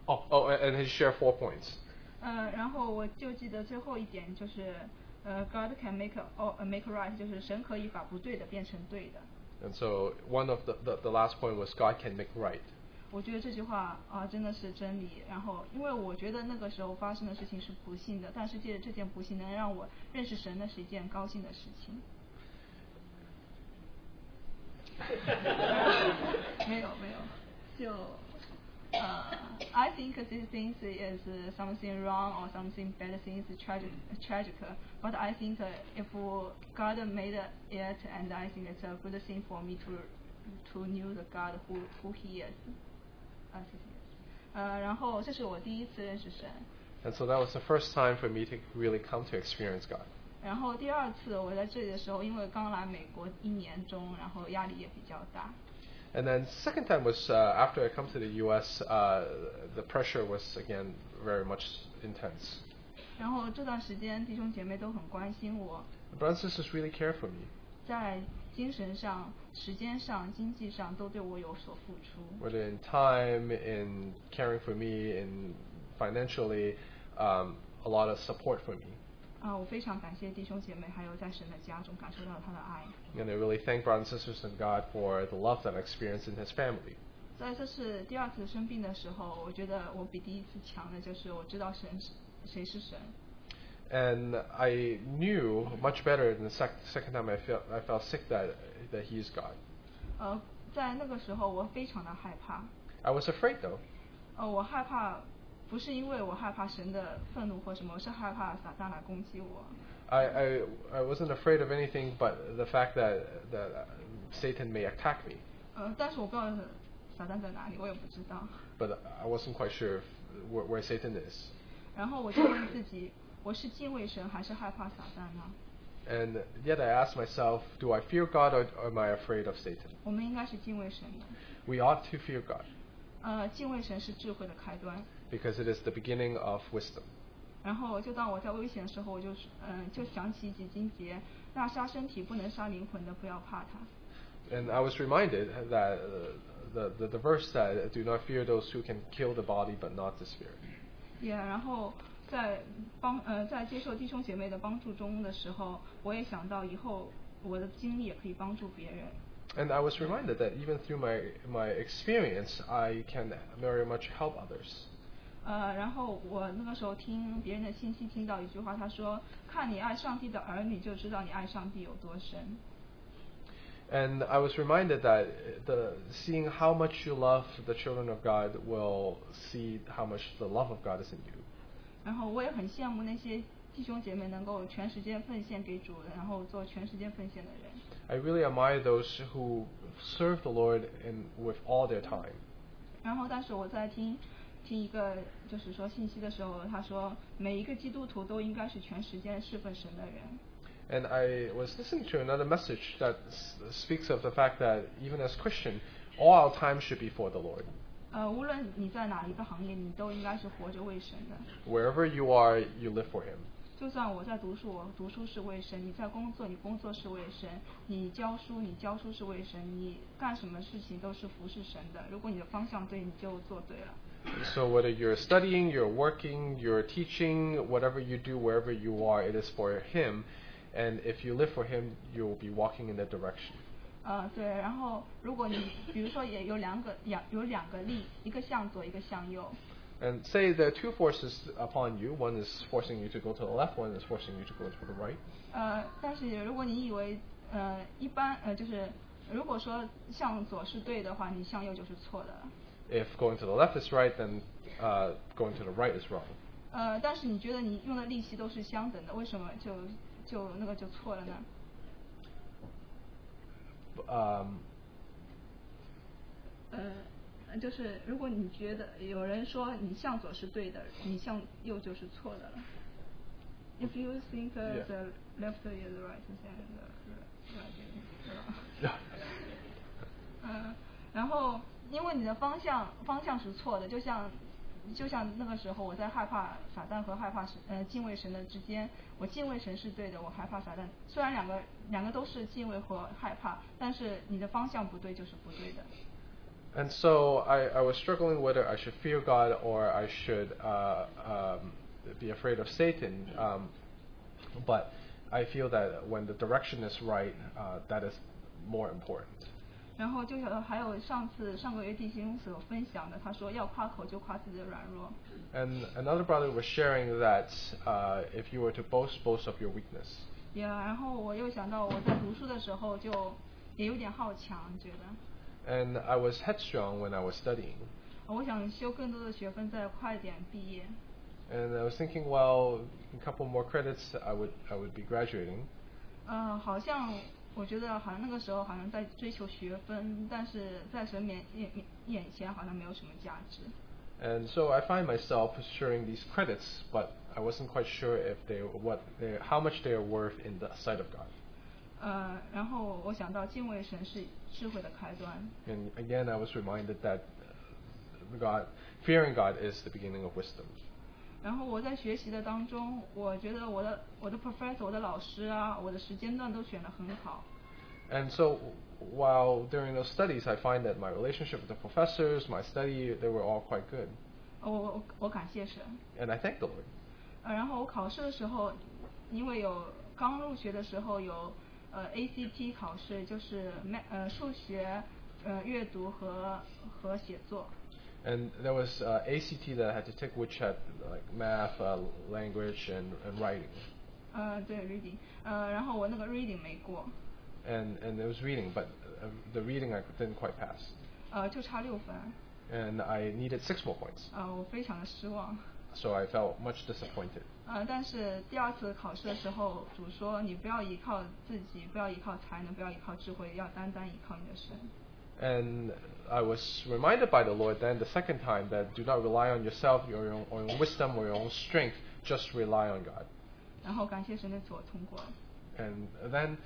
Speaker 6: Oh, oh a- and he shared four points.
Speaker 7: 呃，然后我就记得最后一点就是，呃，God can make a- all uh, make right，就是神可以把不对的变成对的。
Speaker 6: And so one of the, the, the last point was God can make right.
Speaker 7: 我觉得这句话啊、真的是真理。然后，因为我觉得那个时候发生的事情是不幸的，但是借着这件不幸能让我认识神，那是一件高兴的事情。 [LAUGHS] 没有没有，就呃、i think these things is something wrong or something bad things tragic tragic. But I think if God made it, and I think it's a good thing for me to to know the God who who He is. 啊，谢谢。呃，然后这是我第一次认识神，
Speaker 6: And so that was the first time for me to really come to experience God.
Speaker 7: 然后第二次我在这里的时候，因为刚来美国一年中，然后压力也比较大，
Speaker 6: And then second time was uh, after I come to the U.S. Uh, the pressure was again very much intense.
Speaker 7: 然后这段时间弟兄姐妹都很关心我，
Speaker 6: The brothers and sisters really care for me.
Speaker 7: 在精神上、时间上、经济上都对我有所付出。
Speaker 6: whether in time, in caring for me, in financially, um, a lot of support for me.
Speaker 7: 啊，我非常感谢弟兄姐妹，还有在神的家中感受到他的爱。
Speaker 6: And I really thank brothers and sisters and God for the love that I experienced in His family.
Speaker 7: 在这次第二次生病的时候，我觉得我比第一次强的就是我知道神是谁是神，
Speaker 6: And I knew much better than the sec- second time I felt I felt sick that that He is God.
Speaker 7: 呃，在那个时候我非常的害怕，
Speaker 6: I was afraid though.
Speaker 7: 呃，我害怕不是因为我害怕神的愤怒或什么，我是害怕撒旦来攻击我。
Speaker 6: I, I, I wasn't afraid of anything but the fact that that uh, Satan may attack me.
Speaker 7: 呃，但是我不知道撒旦在哪里，我也不知道。
Speaker 6: But I wasn't quite sure if, where, where Satan is.
Speaker 7: 然后我就问自己，我是敬畏神还是害怕撒旦呢？
Speaker 6: And yet I asked myself, do I fear God or, or am I afraid of Satan?
Speaker 7: 我们应该是敬畏神的。
Speaker 6: We ought to fear God
Speaker 7: 呃，敬畏神是智慧的开端。
Speaker 6: because it is the beginning of wisdom.
Speaker 7: 然后就当我在危险的时候，我就嗯、呃就想起几经节，那杀身体不能杀灵魂的，不要怕他。
Speaker 6: And I was reminded that uh, the, the, the verse said, do not fear those who can kill the body but not the spirit.
Speaker 7: 也、然后在帮呃在接受弟兄姐妹的帮助中的时候，我也想到以后我的经历也可以帮助别人。
Speaker 6: And I was reminded that even through my, my experience, I can very much help others.
Speaker 7: 呃，然后我那个时候听别人的信息，听到一句话，他说：“看你爱上帝的儿女，就知道你爱上帝有多深。
Speaker 6: And I was reminded that uh, the, seeing how much you love the children of God will see how much the love of God is in you. ”
Speaker 7: 然后我也很羡慕那些弟兄姐妹能够全时间奉献给主，然后做全时间奉献的人。
Speaker 6: I really admire those who serve the Lord in, with all their time.
Speaker 7: 然后，但是我在听听一个就是说信息的时候，他说每一个基督徒都应该是全时间侍奉神的人。
Speaker 6: And I was listening to another message that s- speaks of the fact that even as Christian, all our time should be for the Lord.
Speaker 7: 呃，无论你在哪一个行业，你都应该是活着为神的。
Speaker 6: Wherever you are, you live for Him.
Speaker 7: 就算我在读书，我读书是为神；你在工作，你工作是为神；你教书，你教书是为神；你干什么事情都是服侍神的。如果你的方向对，你就做对了。
Speaker 6: So whether you're studying, you're working, you're teaching, whatever you do, wherever you are, it is for Him. And if you live for Him, you will be walking in that direction.
Speaker 7: 呃，对。然后，如果你比如说也有两个两有两个力，一个向左，一个向右。
Speaker 6: And say there are two forces upon you. One is forcing you to go to the left, one is forcing you to go to the right.
Speaker 7: 呃，但是如果你以为呃一般呃就是，如果说向左是对的话，你向右就是错的了。
Speaker 6: If going to the left is right, then uh, going to the right is wrong.
Speaker 7: 呃，但是你觉得你用的力气都是相等的，为什么就就那个就错了呢？
Speaker 6: Um,
Speaker 7: 呃，就是如果你觉得有人说你向左是对的，你向右就是错的了。If you think uh,
Speaker 6: Yeah.
Speaker 7: the left is right, then the right is wrong. 嗯，然后因为你的方向方向是错的，就像就像那个时候我在害怕撒旦和害怕神呃敬畏神的之间，我敬畏神是对的，我害怕撒旦。虽然两个两个都是敬畏和害怕，但是你的方向不对就是不对的。
Speaker 6: and so I, I was struggling whether I should fear God or I should uh, um, be afraid of Satan. Um, but I feel that when the direction is right, uh, that is more important.
Speaker 7: 然后就有还有上次上个月弟兄所分享的，他说要夸口就夸自己的软弱。
Speaker 6: And another brother was sharing that uh, if you were to boast, boast of your weakness.
Speaker 7: 也、然后我又想到我在读书的时候就也有点好强，觉得。
Speaker 6: And I was headstrong when I was studying.
Speaker 7: 呃我想修更多的学分，再快点毕业。
Speaker 6: And I was thinking, well, a couple more credits, I would I would be graduating.
Speaker 7: 呃，好像我觉得好像那个时候好像在追求学分，但是在神面眼眼前好像没有什么价值。
Speaker 6: And so I find myself pursuing these credits, but I wasn't quite sure if they were what they how much they are worth in the sight of God.
Speaker 7: 呃，然后我想到敬畏神是智慧的开端。
Speaker 6: And again, I was reminded that God, fearing God is the beginning of wisdom.
Speaker 7: 然后我在学习的当中，我觉得我的我的 professor、我的老师啊，我的时间段都选得很好。
Speaker 6: And so, while during those studies, I find that my relationship with the professors, my study, they were all quite good.
Speaker 7: 呃我我我感谢神。
Speaker 6: And I thank the Lord.
Speaker 7: 呃，然后我考试的时候，因为有刚入学的时候有呃 ACT 考试，就是 ma 呃数学、呃阅读和和写作。
Speaker 6: And there was uh, ACT that I had to take, which had like math, uh, language, and, and writing.
Speaker 7: 呃，对 reading，呃，然后我那个 reading 没过，
Speaker 6: And and there was reading, but uh, the reading I didn't quite pass.
Speaker 7: 呃，就差六分，
Speaker 6: And I needed six more points.
Speaker 7: 呃，我非常的失望。
Speaker 6: So I felt much disappointed.
Speaker 7: 呃，但是第二次考试的时候，主说你不要依靠自己，不要依靠才能，不要依靠智慧，要单单依靠你的神。
Speaker 6: And I was reminded by the Lord then the second time that do not rely on yourself, your own, or your own wisdom, or your own strength. Just rely on God.
Speaker 7: 然后感谢神的左通过了。
Speaker 6: And then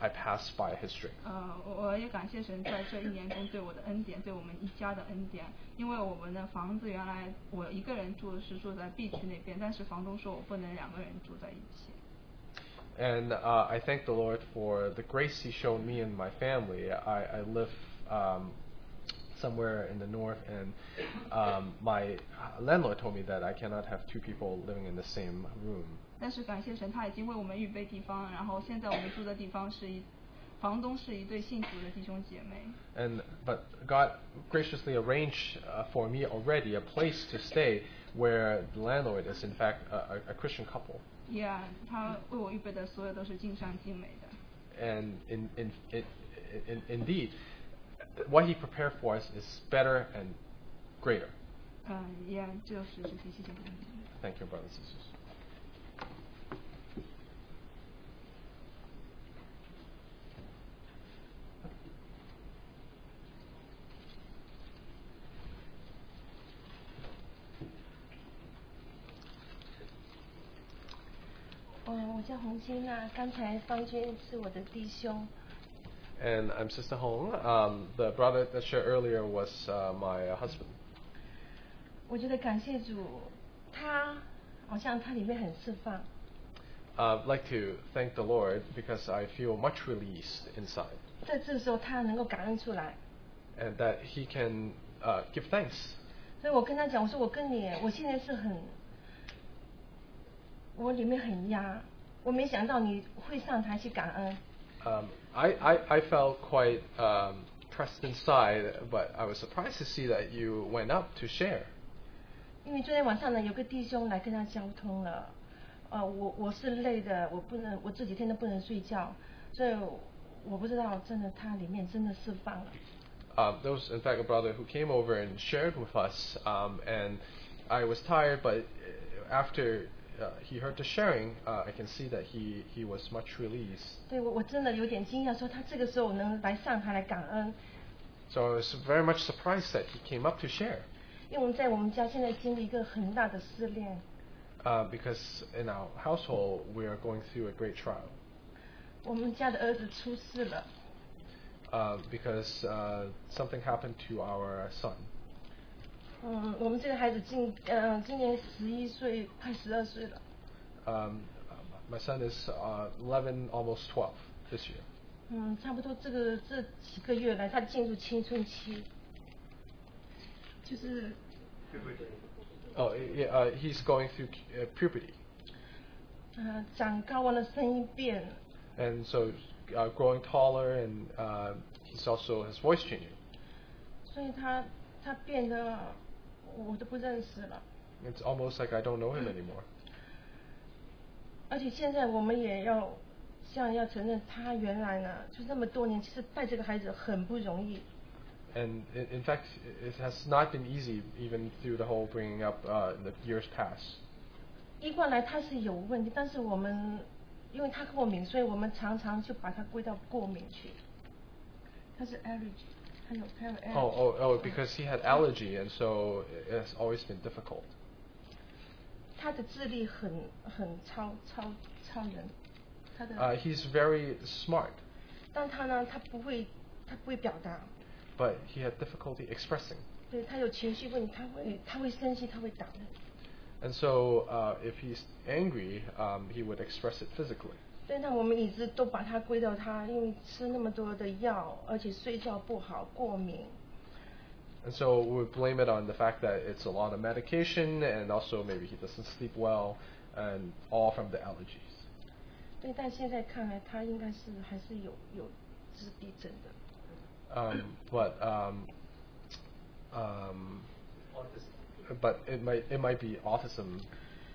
Speaker 6: I passed by His strength.
Speaker 7: 呃，我我也感谢神在这一年中对我的恩典，对我们一家的恩典。因为我们的房子原来我一个人住是住在 B 区那边，但是房东说我不能两个人住在一起。
Speaker 6: And uh, I thank the Lord for the grace He showed me and my family. I, I live um, somewhere in the north, and um, my landlord told me that I cannot have two people living in the same room.
Speaker 7: 但是感谢神，他已经为我们预备地方，然后现在我们住的地方是一，房东是一对幸福的弟兄姐妹。
Speaker 6: And but God graciously arranged uh, for me already a place to stay where the landlord is in fact a, a, a Christian couple.
Speaker 7: Yeah，他为我预备的所有都是尽善尽美的。
Speaker 6: And in, in, in, in, indeed, what He prepared for us is better and greater.
Speaker 7: 嗯，Yeah，就是这些，谢谢。
Speaker 6: Thank you, brothers and sisters.
Speaker 8: Oh, 我叫洪欣娜，刚才方军是我的弟兄。
Speaker 6: And I'm Sister Hong. Um, the brother that shared earlier was uh, my uh, husband.
Speaker 8: 我觉得感谢主，他好像他里面很释放。
Speaker 6: Uh, I'd like to thank the Lord because I feel much released inside,
Speaker 8: 在这时候他能够感恩出来，
Speaker 6: and that He can uh, give thanks.
Speaker 8: 所以我跟他讲，我说我跟你，我现在是很，我里面很压，我没想到你会上台去感恩。
Speaker 6: Um, I, I, I felt quite um, pressed inside, but I was surprised to see that you went up to share.
Speaker 8: 因为昨天晚上呢，有个弟兄来跟他交通了，呃，我我是累的，我不能，我这几天都不能睡觉，所以我不知道，真的他里面真的释放了。
Speaker 6: Um, there was, in fact, a brother who came over and shared with us, um, and I was tired, but uh, after uh, he heard the sharing, uh, I can see that he, he was much released.
Speaker 8: 对我我真的有点惊讶，说他这个时候能来上海来感恩，
Speaker 6: So I was very much surprised that he came up to share,
Speaker 8: 因为我们在我们家现在经历一个很大的失恋，
Speaker 6: uh, because in our household we are going through a great trial,
Speaker 8: 我们家的儿子出事了，
Speaker 6: uh, because uh, something happened to our son.
Speaker 8: 嗯，我们这个孩子今呃今年十一岁，快十二岁了，
Speaker 6: Um, my son is uh, 11, almost 12 this year.
Speaker 8: 嗯，差不多这个这几个月来，他进入青春期，
Speaker 7: 就是，
Speaker 6: Oh, y- yeah, uh, he's going through cu- uh, puberty,
Speaker 8: 呃，长高完了声音变了。
Speaker 6: and so uh, growing taller, and uh, he's also his voice changing,
Speaker 8: 所以他他变得我都不认识了，
Speaker 6: it's almost like I don't know him anymore.
Speaker 8: 而且现在我们也要像要承认，他原来呢就那么多年，其实带这个孩子很不容易。
Speaker 6: And in, in fact, i- it has not been easy even through the whole bringing up uh, in the years past.
Speaker 8: 一过来他是有问题，但是我们因为他过敏，所以我们常常就把他归到过敏去。他是 allergy，他有他有 allergy。
Speaker 6: Oh, oh, oh, because he had allergy, and so it has always been difficult.
Speaker 8: 他的智力很很超超超人，他的-
Speaker 6: Uh, he's very smart,
Speaker 8: 但他呢，他不会，他不会表达，
Speaker 6: but he had difficulty expressing.
Speaker 8: 对他有情绪问题，他会他会生气，他会打人。
Speaker 6: And so, uh, if he's angry, um, he would express it physically.
Speaker 8: 对，那我们一直都把他归到他，因为吃那么多的药，而且睡觉不好，过敏，
Speaker 6: And so we would blame it on the fact that it's a lot of medication, and also maybe he doesn't sleep well, and all from the allergies.
Speaker 8: 对，但现在看来他应该是还是有有自闭症的，
Speaker 6: Um, but um, um, but it might it might be autism.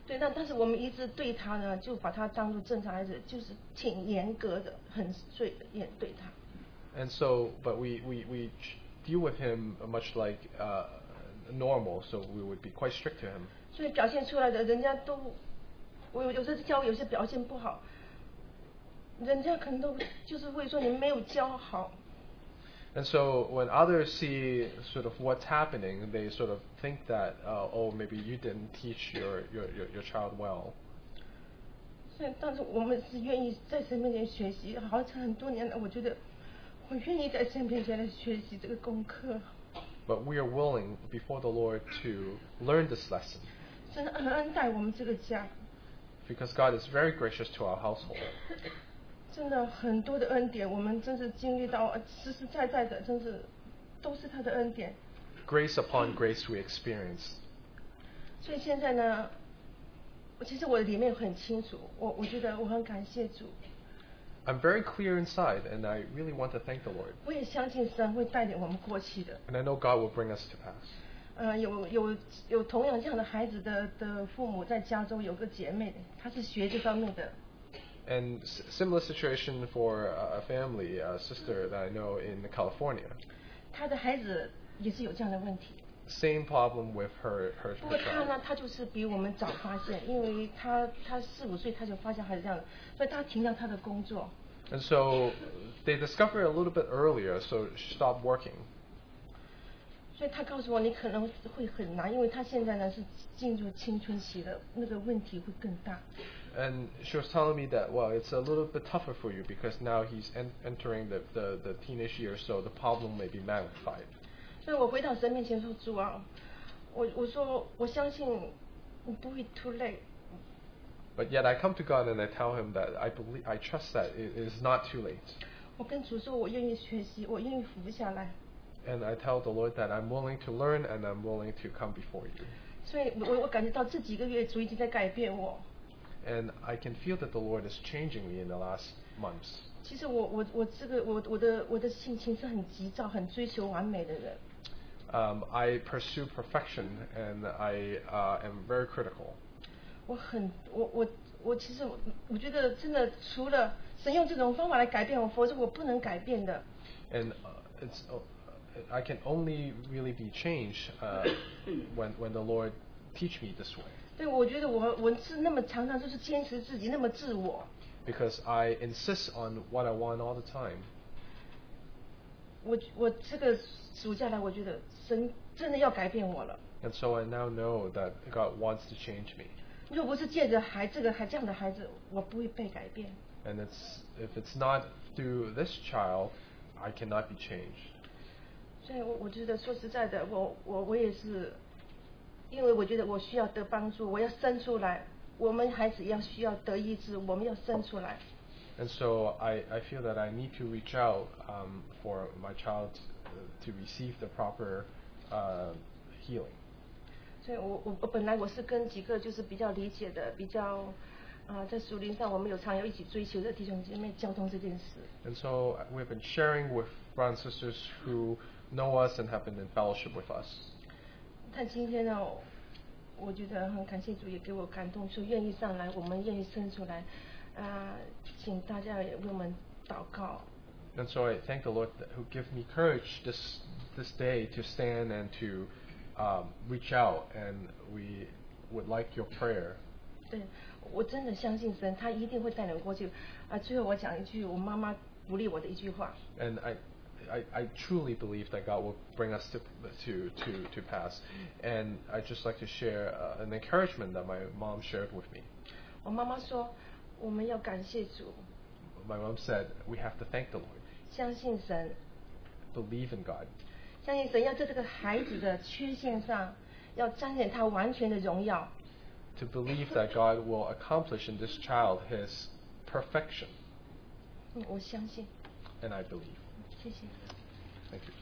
Speaker 8: 对，那但是我们一直对他呢，就把他当做正常孩子，就是挺严格的，很碎的严对他。
Speaker 6: And so, but we we we ch- deal with him much like uh, normal. So we would be quite strict to him.
Speaker 8: 所以表现出来的人家都，我有有时候教有些表现不好，人家可能都就是会说你没有教好，
Speaker 6: And so when others see sort of what's happening, they sort of think that uh, oh maybe you didn't teach your, your, your, your child well.
Speaker 8: 所以但是我们是愿意在神面前学习，好像很多年了，我觉得我愿意在神面前来学习这个功课，
Speaker 6: But we are willing before the Lord to learn this lesson
Speaker 8: 真的很恩待我们这个家，
Speaker 6: because God is very gracious to our household.
Speaker 8: 真的很多的恩典，我们真是经历到呃实实在在的，真是都是他的恩典。
Speaker 6: Grace upon grace we experience.
Speaker 8: 所以现在呢，我其实我里面很清楚，我我觉得我很感谢主，
Speaker 6: I'm very clear inside, and I really want to thank the Lord.
Speaker 8: 我也相信神会带领我们过去的。
Speaker 6: And I know God will bring us to pass.
Speaker 8: 呃，有有有同样这样的孩子的的父母在加州有个姐妹，她是学这方面的，
Speaker 6: And s- similar situation for uh, a family, a sister that I know in California.
Speaker 8: 她的孩子也是有这样的问题。
Speaker 6: Same problem with her her,
Speaker 8: 不
Speaker 6: her
Speaker 8: 过她
Speaker 6: child.
Speaker 8: 呢，她就是比我们早发现，因为她她四五岁她就发现孩子这样的，所以她停掉她的工作，
Speaker 6: And so they discovered a little bit earlier, so she stopped working.
Speaker 8: 所以她告诉我你可能会很难，因为她现在呢是进入青春期了，那个问题会更大。
Speaker 6: And she was telling me that, well, it's a little bit tougher for you because now he's en- entering the, the, the teenage years, so the problem may be magnified.
Speaker 8: 所以我回到神面前说：“主啊，我我说我相信你不会 too late。
Speaker 6: But yet I come to God and I tell him that I believe, I trust that it is not too late.
Speaker 8: 我跟主说，我愿意学习，我愿意服下来。
Speaker 6: And I tell the Lord that I'm willing to learn and I'm willing to come before you.
Speaker 8: 所以我我我感觉到这几个月主已经在改变我。
Speaker 6: And I can feel that the Lord is changing me in the last months.
Speaker 8: 其实我我我这个我我的我的性情是很急躁、很追求完美的人，
Speaker 6: Um, I pursue perfection and I uh, am very critical.
Speaker 8: 我很我我我其实我我觉得真的除了神用这种方法来改变我，否则我不能改变的。
Speaker 6: And uh, it's, uh, I can only really be changed uh, [COUGHS] when, when the Lord teach me this way.
Speaker 8: 对，我觉得我我是那么常常就是坚持自己，那么自我。
Speaker 6: Because I insist on what I want all the time.
Speaker 8: 我我这个暑假来，我觉得神真的要改变我了。
Speaker 6: And so I now know that God wants to change me.
Speaker 8: 若不是借着孩这个孩这样的孩子，我不会被改变。
Speaker 6: And it's, if it's not through this child, I cannot be changed.
Speaker 8: 所以我我觉得说实在的，我我我也是，因为我觉得我需要得帮助，我要生出来，我们孩子要需要得医治，我们要生出来。
Speaker 6: And so I, I feel that I need to reach out um, for my child uh, to receive the proper uh, healing.
Speaker 8: 所以我我我本来我是跟几个就是比较理解的，比较啊、呃在属灵上我们有常有一起追求的弟兄姐妹交通这件事。
Speaker 6: And so we've been sharing with brothers and sisters who know us and have been in fellowship with us.
Speaker 8: 但今天呢，我觉得很感谢主，也给我感动，说愿意上来，我们愿意生出来，啊、请大家也为我们祷告。
Speaker 6: And so I thank the Lord that, who gave me courage this this day to stand and to um, reach out. And we would like your prayer
Speaker 8: 对，我真的相信神，他一定会带领我过去。啊、最后我讲一句我妈妈鼓励我的一句话，
Speaker 6: and I, I, I truly believe that God will bring us to, to, to, to pass. And I'd just like to share uh, an encouragement that my mom shared with me.
Speaker 8: 我妈妈说，我们要感谢主，
Speaker 6: My mom said, we have to thank the Lord,
Speaker 8: 相信神，
Speaker 6: believe in God.
Speaker 8: 相信神要在这个孩子的缺陷上，要彰显他完全的荣耀。
Speaker 6: to believe that God will accomplish in this child his perfection.
Speaker 8: 嗯，我相信，
Speaker 6: And I believe.
Speaker 8: 谢谢。
Speaker 6: Thank you.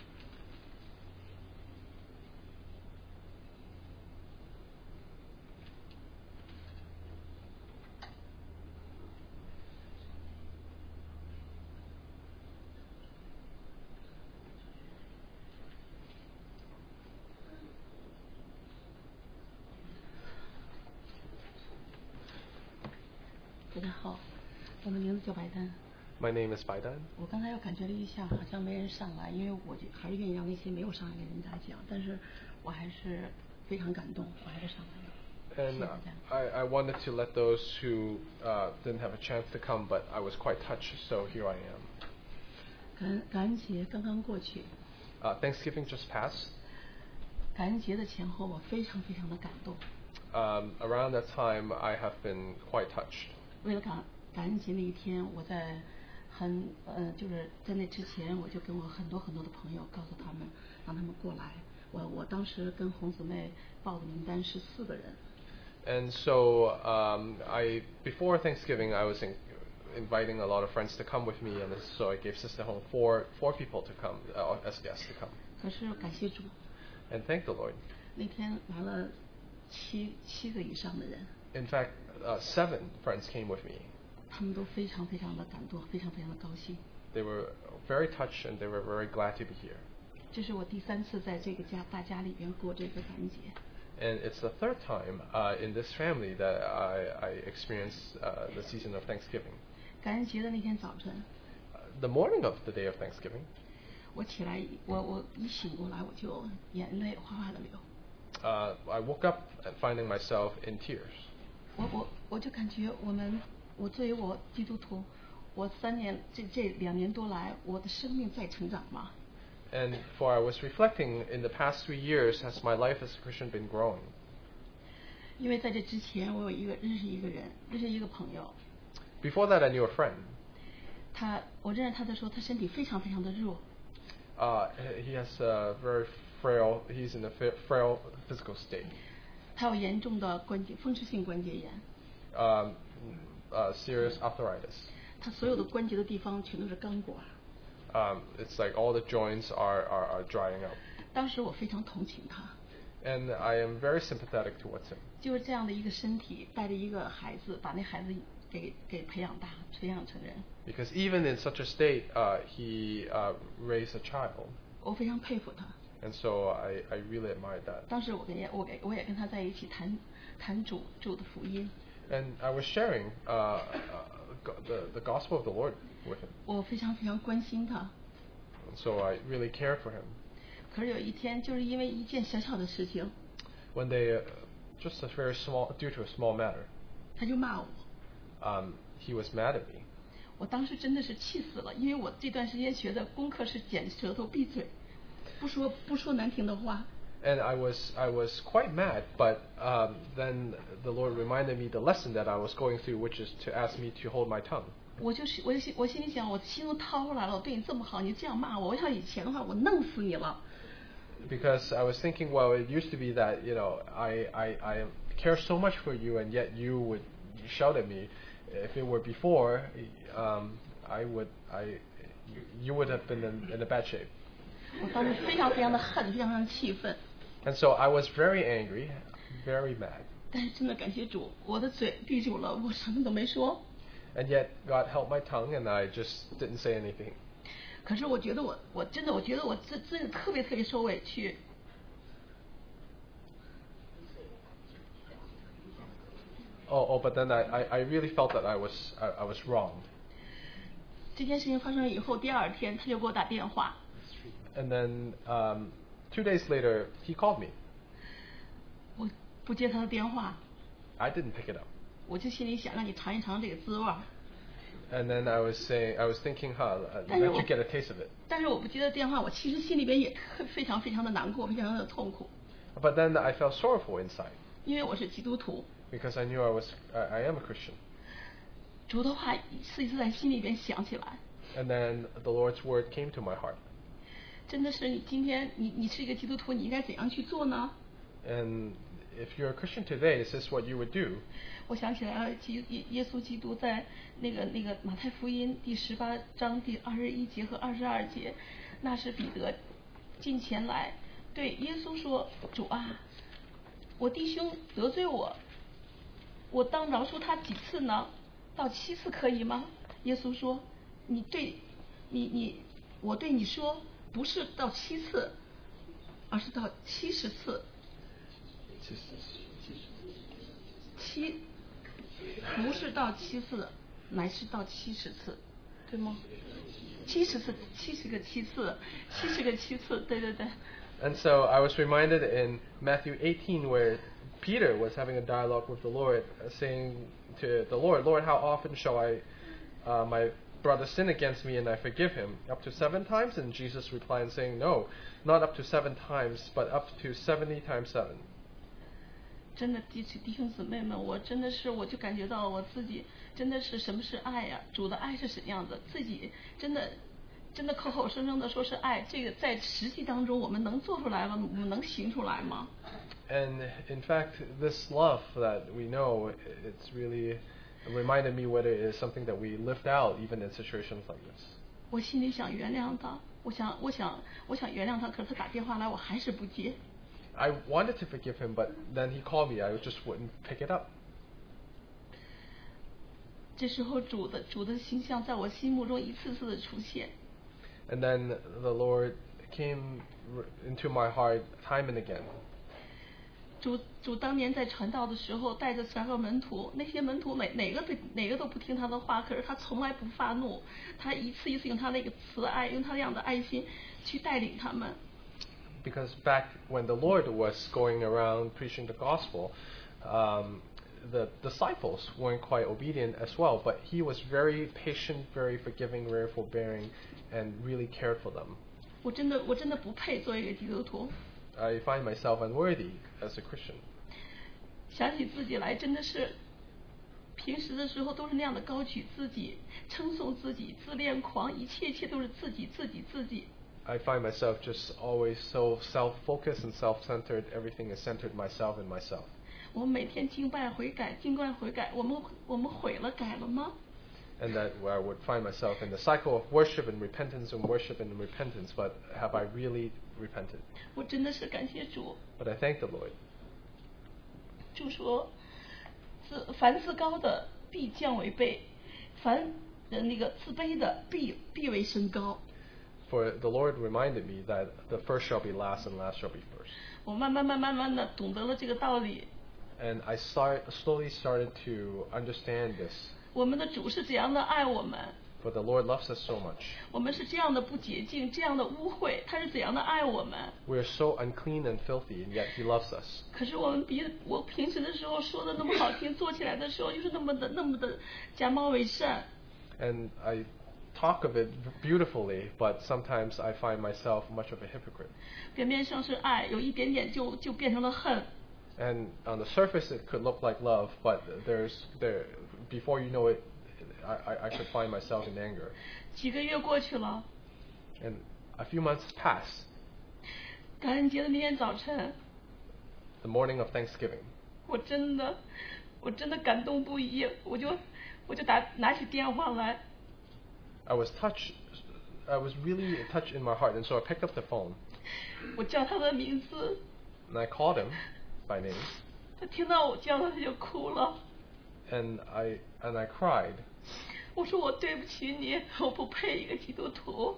Speaker 6: My name is Baidan.
Speaker 9: 我刚才又感觉了一下，好像没人上来，因为我就还是愿意让那些没有上来的人来讲，但是我还是非常感动，我还是上来了。
Speaker 6: And
Speaker 9: 谢谢
Speaker 6: uh,
Speaker 9: 大家。
Speaker 6: I, I wanted to let those who uh, didn't have a chance to come, but I was quite touched, so here I am.
Speaker 9: 感恩感恩节刚刚过去，
Speaker 6: Uh, Thanksgiving just passed.
Speaker 9: 感恩节的前后我非常非常的感动。
Speaker 6: Um, around that time, I have been quite touched.
Speaker 9: 为了感感恩节那一天，我在很呃，就是在那之前，我就跟我很多很多的朋友告诉他们，让他们过来。我我当时跟红姊妹报的名单是四个人，
Speaker 6: And so, um, I before Thanksgiving, I was in, inviting a lot of friends to come with me, and so I gave Sister Hong four four people to come uh, as guests to come.
Speaker 9: 可是感谢主，
Speaker 6: And thank the Lord.
Speaker 9: 那天来了七七个以上的人，
Speaker 6: In fact, uh, seven friends came with me.
Speaker 9: 他们都非常非常的感动，非常非常的高兴。
Speaker 6: They were very touched and they were very glad to be here.
Speaker 9: 这是我第三次在这个家大家里边过这个感恩节，
Speaker 6: And it's the third time uh, in this family that I, I experienced uh, the season of Thanksgiving.
Speaker 9: 感恩节的那天早晨，
Speaker 6: Uh, the morning of the day of Thanksgiving,
Speaker 9: 我起来，我我一醒过来我就眼泪哗哗的流，
Speaker 6: uh, I woke up and finding myself in tears.
Speaker 9: 我我我就感觉我们，我作为我基督徒，我三年这这两年多来，我的生命在成长嘛，
Speaker 6: And for I was reflecting in the past three years, has my life as a Christian been growing?
Speaker 9: 因为在这之前我有一个认识一个人，认识一个朋友，
Speaker 6: Before that, I knew a friend.
Speaker 9: 他我认识他的时候，他身体非常非常的弱，
Speaker 6: Uh, he- he has a very frail, he's in a fa- frail physical state.
Speaker 9: 他有严重的关节风湿性关节炎，
Speaker 6: Um, uh, serious arthritis.
Speaker 9: 他所有的关节的地方全都是钢管。
Speaker 6: Um, it's like all the joints are, are, are drying up.
Speaker 9: 当时我非常同情他，
Speaker 6: And I am very sympathetic towards him.
Speaker 9: 就是这样的一个身体，带着一个孩子，把那孩子给给培养大，培养成人，
Speaker 6: Because even in such a state, uh, he uh, raised a child.
Speaker 9: 我非常佩服他。
Speaker 6: And so I, I really admired that.
Speaker 9: 当时我跟也我给我也跟他在一起谈谈主主的福音，
Speaker 6: And I was sharing uh, uh, go- the, the gospel of the Lord with him.
Speaker 9: 我非常非常关心他。
Speaker 6: And so I really care for him.
Speaker 9: 可是有一天，就是因为一件小小的事情，
Speaker 6: One day, uh, just a very small, due to a small matter,
Speaker 9: 他就骂我。
Speaker 6: um, he was mad at me.
Speaker 9: [LAUGHS] 我当时真的是气死了，因为我这段时间学的功课是剪舌头、闭嘴，不说不说难听的话。
Speaker 6: And I was I was quite mad, but um, then the Lord reminded me the lesson that I was going through, which is to ask me to hold my tongue.
Speaker 9: 我就是我心我心里想，我心都掏出来了，我对你这么好，你这样骂我，我要以前的话，我弄死你了。
Speaker 6: because I was thinking, well, it used to be that you know I, I, I care so much for you, and yet you would shout at me. If it were before, um, I would I you, you would have been in, in a bad shape.
Speaker 9: 我当时非常非常的恨，非常非常气愤。
Speaker 6: And so I was very angry, very mad,
Speaker 9: 但是真的感谢主，我的嘴闭住了，我什么都没说。
Speaker 6: and yet God held my tongue, and I just didn't say anything.
Speaker 9: 可是我觉得我我真的我觉得我真真的特别特别受委屈。
Speaker 6: Oh, oh but then I, I, I really felt that I was I, I was wrong.
Speaker 9: 这件事情发生以后，第二天他就给我打电话，
Speaker 6: And then um, two days later, he called me.
Speaker 9: 我不接他的电话，
Speaker 6: I didn't pick it up.
Speaker 9: 我就心里想让你尝一尝这个滋味儿。
Speaker 6: And then I was saying, I was thinking, huh, uh,
Speaker 9: Then
Speaker 6: let
Speaker 9: you-
Speaker 6: you get a taste of it.
Speaker 9: 但是我不接他电话，我其实心里边也特非常非常的难过，非常的痛苦，
Speaker 6: But then I felt sorrowful inside
Speaker 9: 因为我是基督徒，
Speaker 6: because I knew I was, I, I am a Christian.
Speaker 10: 主的话一次一次在心里边想起来。
Speaker 6: And then the Lord's word came to my heart.
Speaker 10: 真的是你今天你你是一个基督徒，你应该怎样去做呢？
Speaker 6: And if you're a Christian today, is this what you would do?
Speaker 10: 我想起来了，基耶耶稣基督在那个那个马太福音第十八章第二十一节和二十二节，那是彼得近前来对耶稣说：“主啊，我弟兄得罪我，我当饶恕他几次呢？到七次可以吗？”耶稣说：“你对，你你，我对你说，不是到七次，而是到七十次。”七，不是到七次，乃是到七十次，对吗？七十次，七十个七次，七十个七次，对对对。
Speaker 6: And so I was reminded in Matthew 18 where Peter was having a dialogue with the Lord, uh, saying to the Lord, Lord, how often shall I, uh, my brother sin against me and I forgive him? Up to seven times? And Jesus replied and saying, No, not up to seven times, but up to 70 times seven.
Speaker 10: 真的弟弟兄姊妹们，我真的是我就感觉到我自己真的是什么是爱呀、主的爱是什么样的？自己真的真的口口声声的说是爱，这个在实际当中我们能做出来吗？我们能行出来吗？
Speaker 6: And in fact, this love that we know, it's really reminded me whether it is something that we lived out even in situations like this.
Speaker 10: 我心里想原谅他，我想我想我想原谅他，可是他打电话来我还是不接。
Speaker 6: I wanted to forgive him, but then he called me. I just wouldn't pick it up.
Speaker 10: 这时候主的主的形象在我心目中一次次的出现，
Speaker 6: And then the Lord came r- into my heart time and again.
Speaker 10: 主主当年在传道的时候，带着三个门徒，那些门徒哪哪个都哪个都不听他的话，可是他从来不发怒，他一次一次用他那个慈爱，用他那样的爱心去带领他们。
Speaker 6: Because back when the Lord was going around preaching the gospel, um, the disciples weren't quite obedient as well, but he was very patient, very forgiving, very forbearing, and really cared for them.
Speaker 10: 我真的我真的不配做一个基督徒，
Speaker 6: I find myself unworthy as a Christian.
Speaker 10: 想起自己来真的是，平时的时候都是那样的高举自己，称颂自己，自恋狂，一切一切都是自己自己自己。
Speaker 6: I find myself just always so self focused and self centered. Everything is centered myself and myself.
Speaker 10: 我们每天敬拜悔改，敬拜悔改，我们我们悔了改了吗？
Speaker 6: And that where I would find myself in the cycle of worship and repentance and worship and repentance, but have I really repented?
Speaker 10: 我真的是感谢主，
Speaker 6: But I thank the Lord.
Speaker 10: 就说，自凡自高的必降为卑，凡呃那个自卑的必必为升高。
Speaker 6: For the Lord reminded me that the first shall be last and last shall be first.
Speaker 10: 我慢慢慢慢慢的懂得了这个道理。
Speaker 6: And I start, slowly started to understand this.
Speaker 10: 我们的主是怎样的爱我们，
Speaker 6: For the Lord loves us so much.
Speaker 10: 我们是这样的不洁净，这样的污秽，他是怎样的爱我们。
Speaker 6: We are so unclean and filthy, and yet He loves us.
Speaker 10: 可是我们比我平时的时候说的那么好听，做起来的时候就是那么的那么的假冒伪善。
Speaker 6: And I talk of it beautifully, but sometimes I find myself much of a hypocrite.
Speaker 10: 表面上是爱，有一点点就就变成了恨。
Speaker 6: And on the surface, it could look like love, but there's there before you know it, I, I, I could find myself in anger.
Speaker 10: 几个月过去了，
Speaker 6: And a few months passed,
Speaker 10: 感恩节的那天早晨，
Speaker 6: the morning of Thanksgiving,
Speaker 10: 我真的，我真的感动不已，我就我就打拿起电话来，
Speaker 6: I was touched. I was really touched in my heart, and so I picked up the phone
Speaker 10: 我叫他的名字，
Speaker 6: and I called him by name,
Speaker 10: 他听到我叫他他就哭了。
Speaker 6: and I and I cried.
Speaker 10: 我说我对不起你，我不配一个基督徒。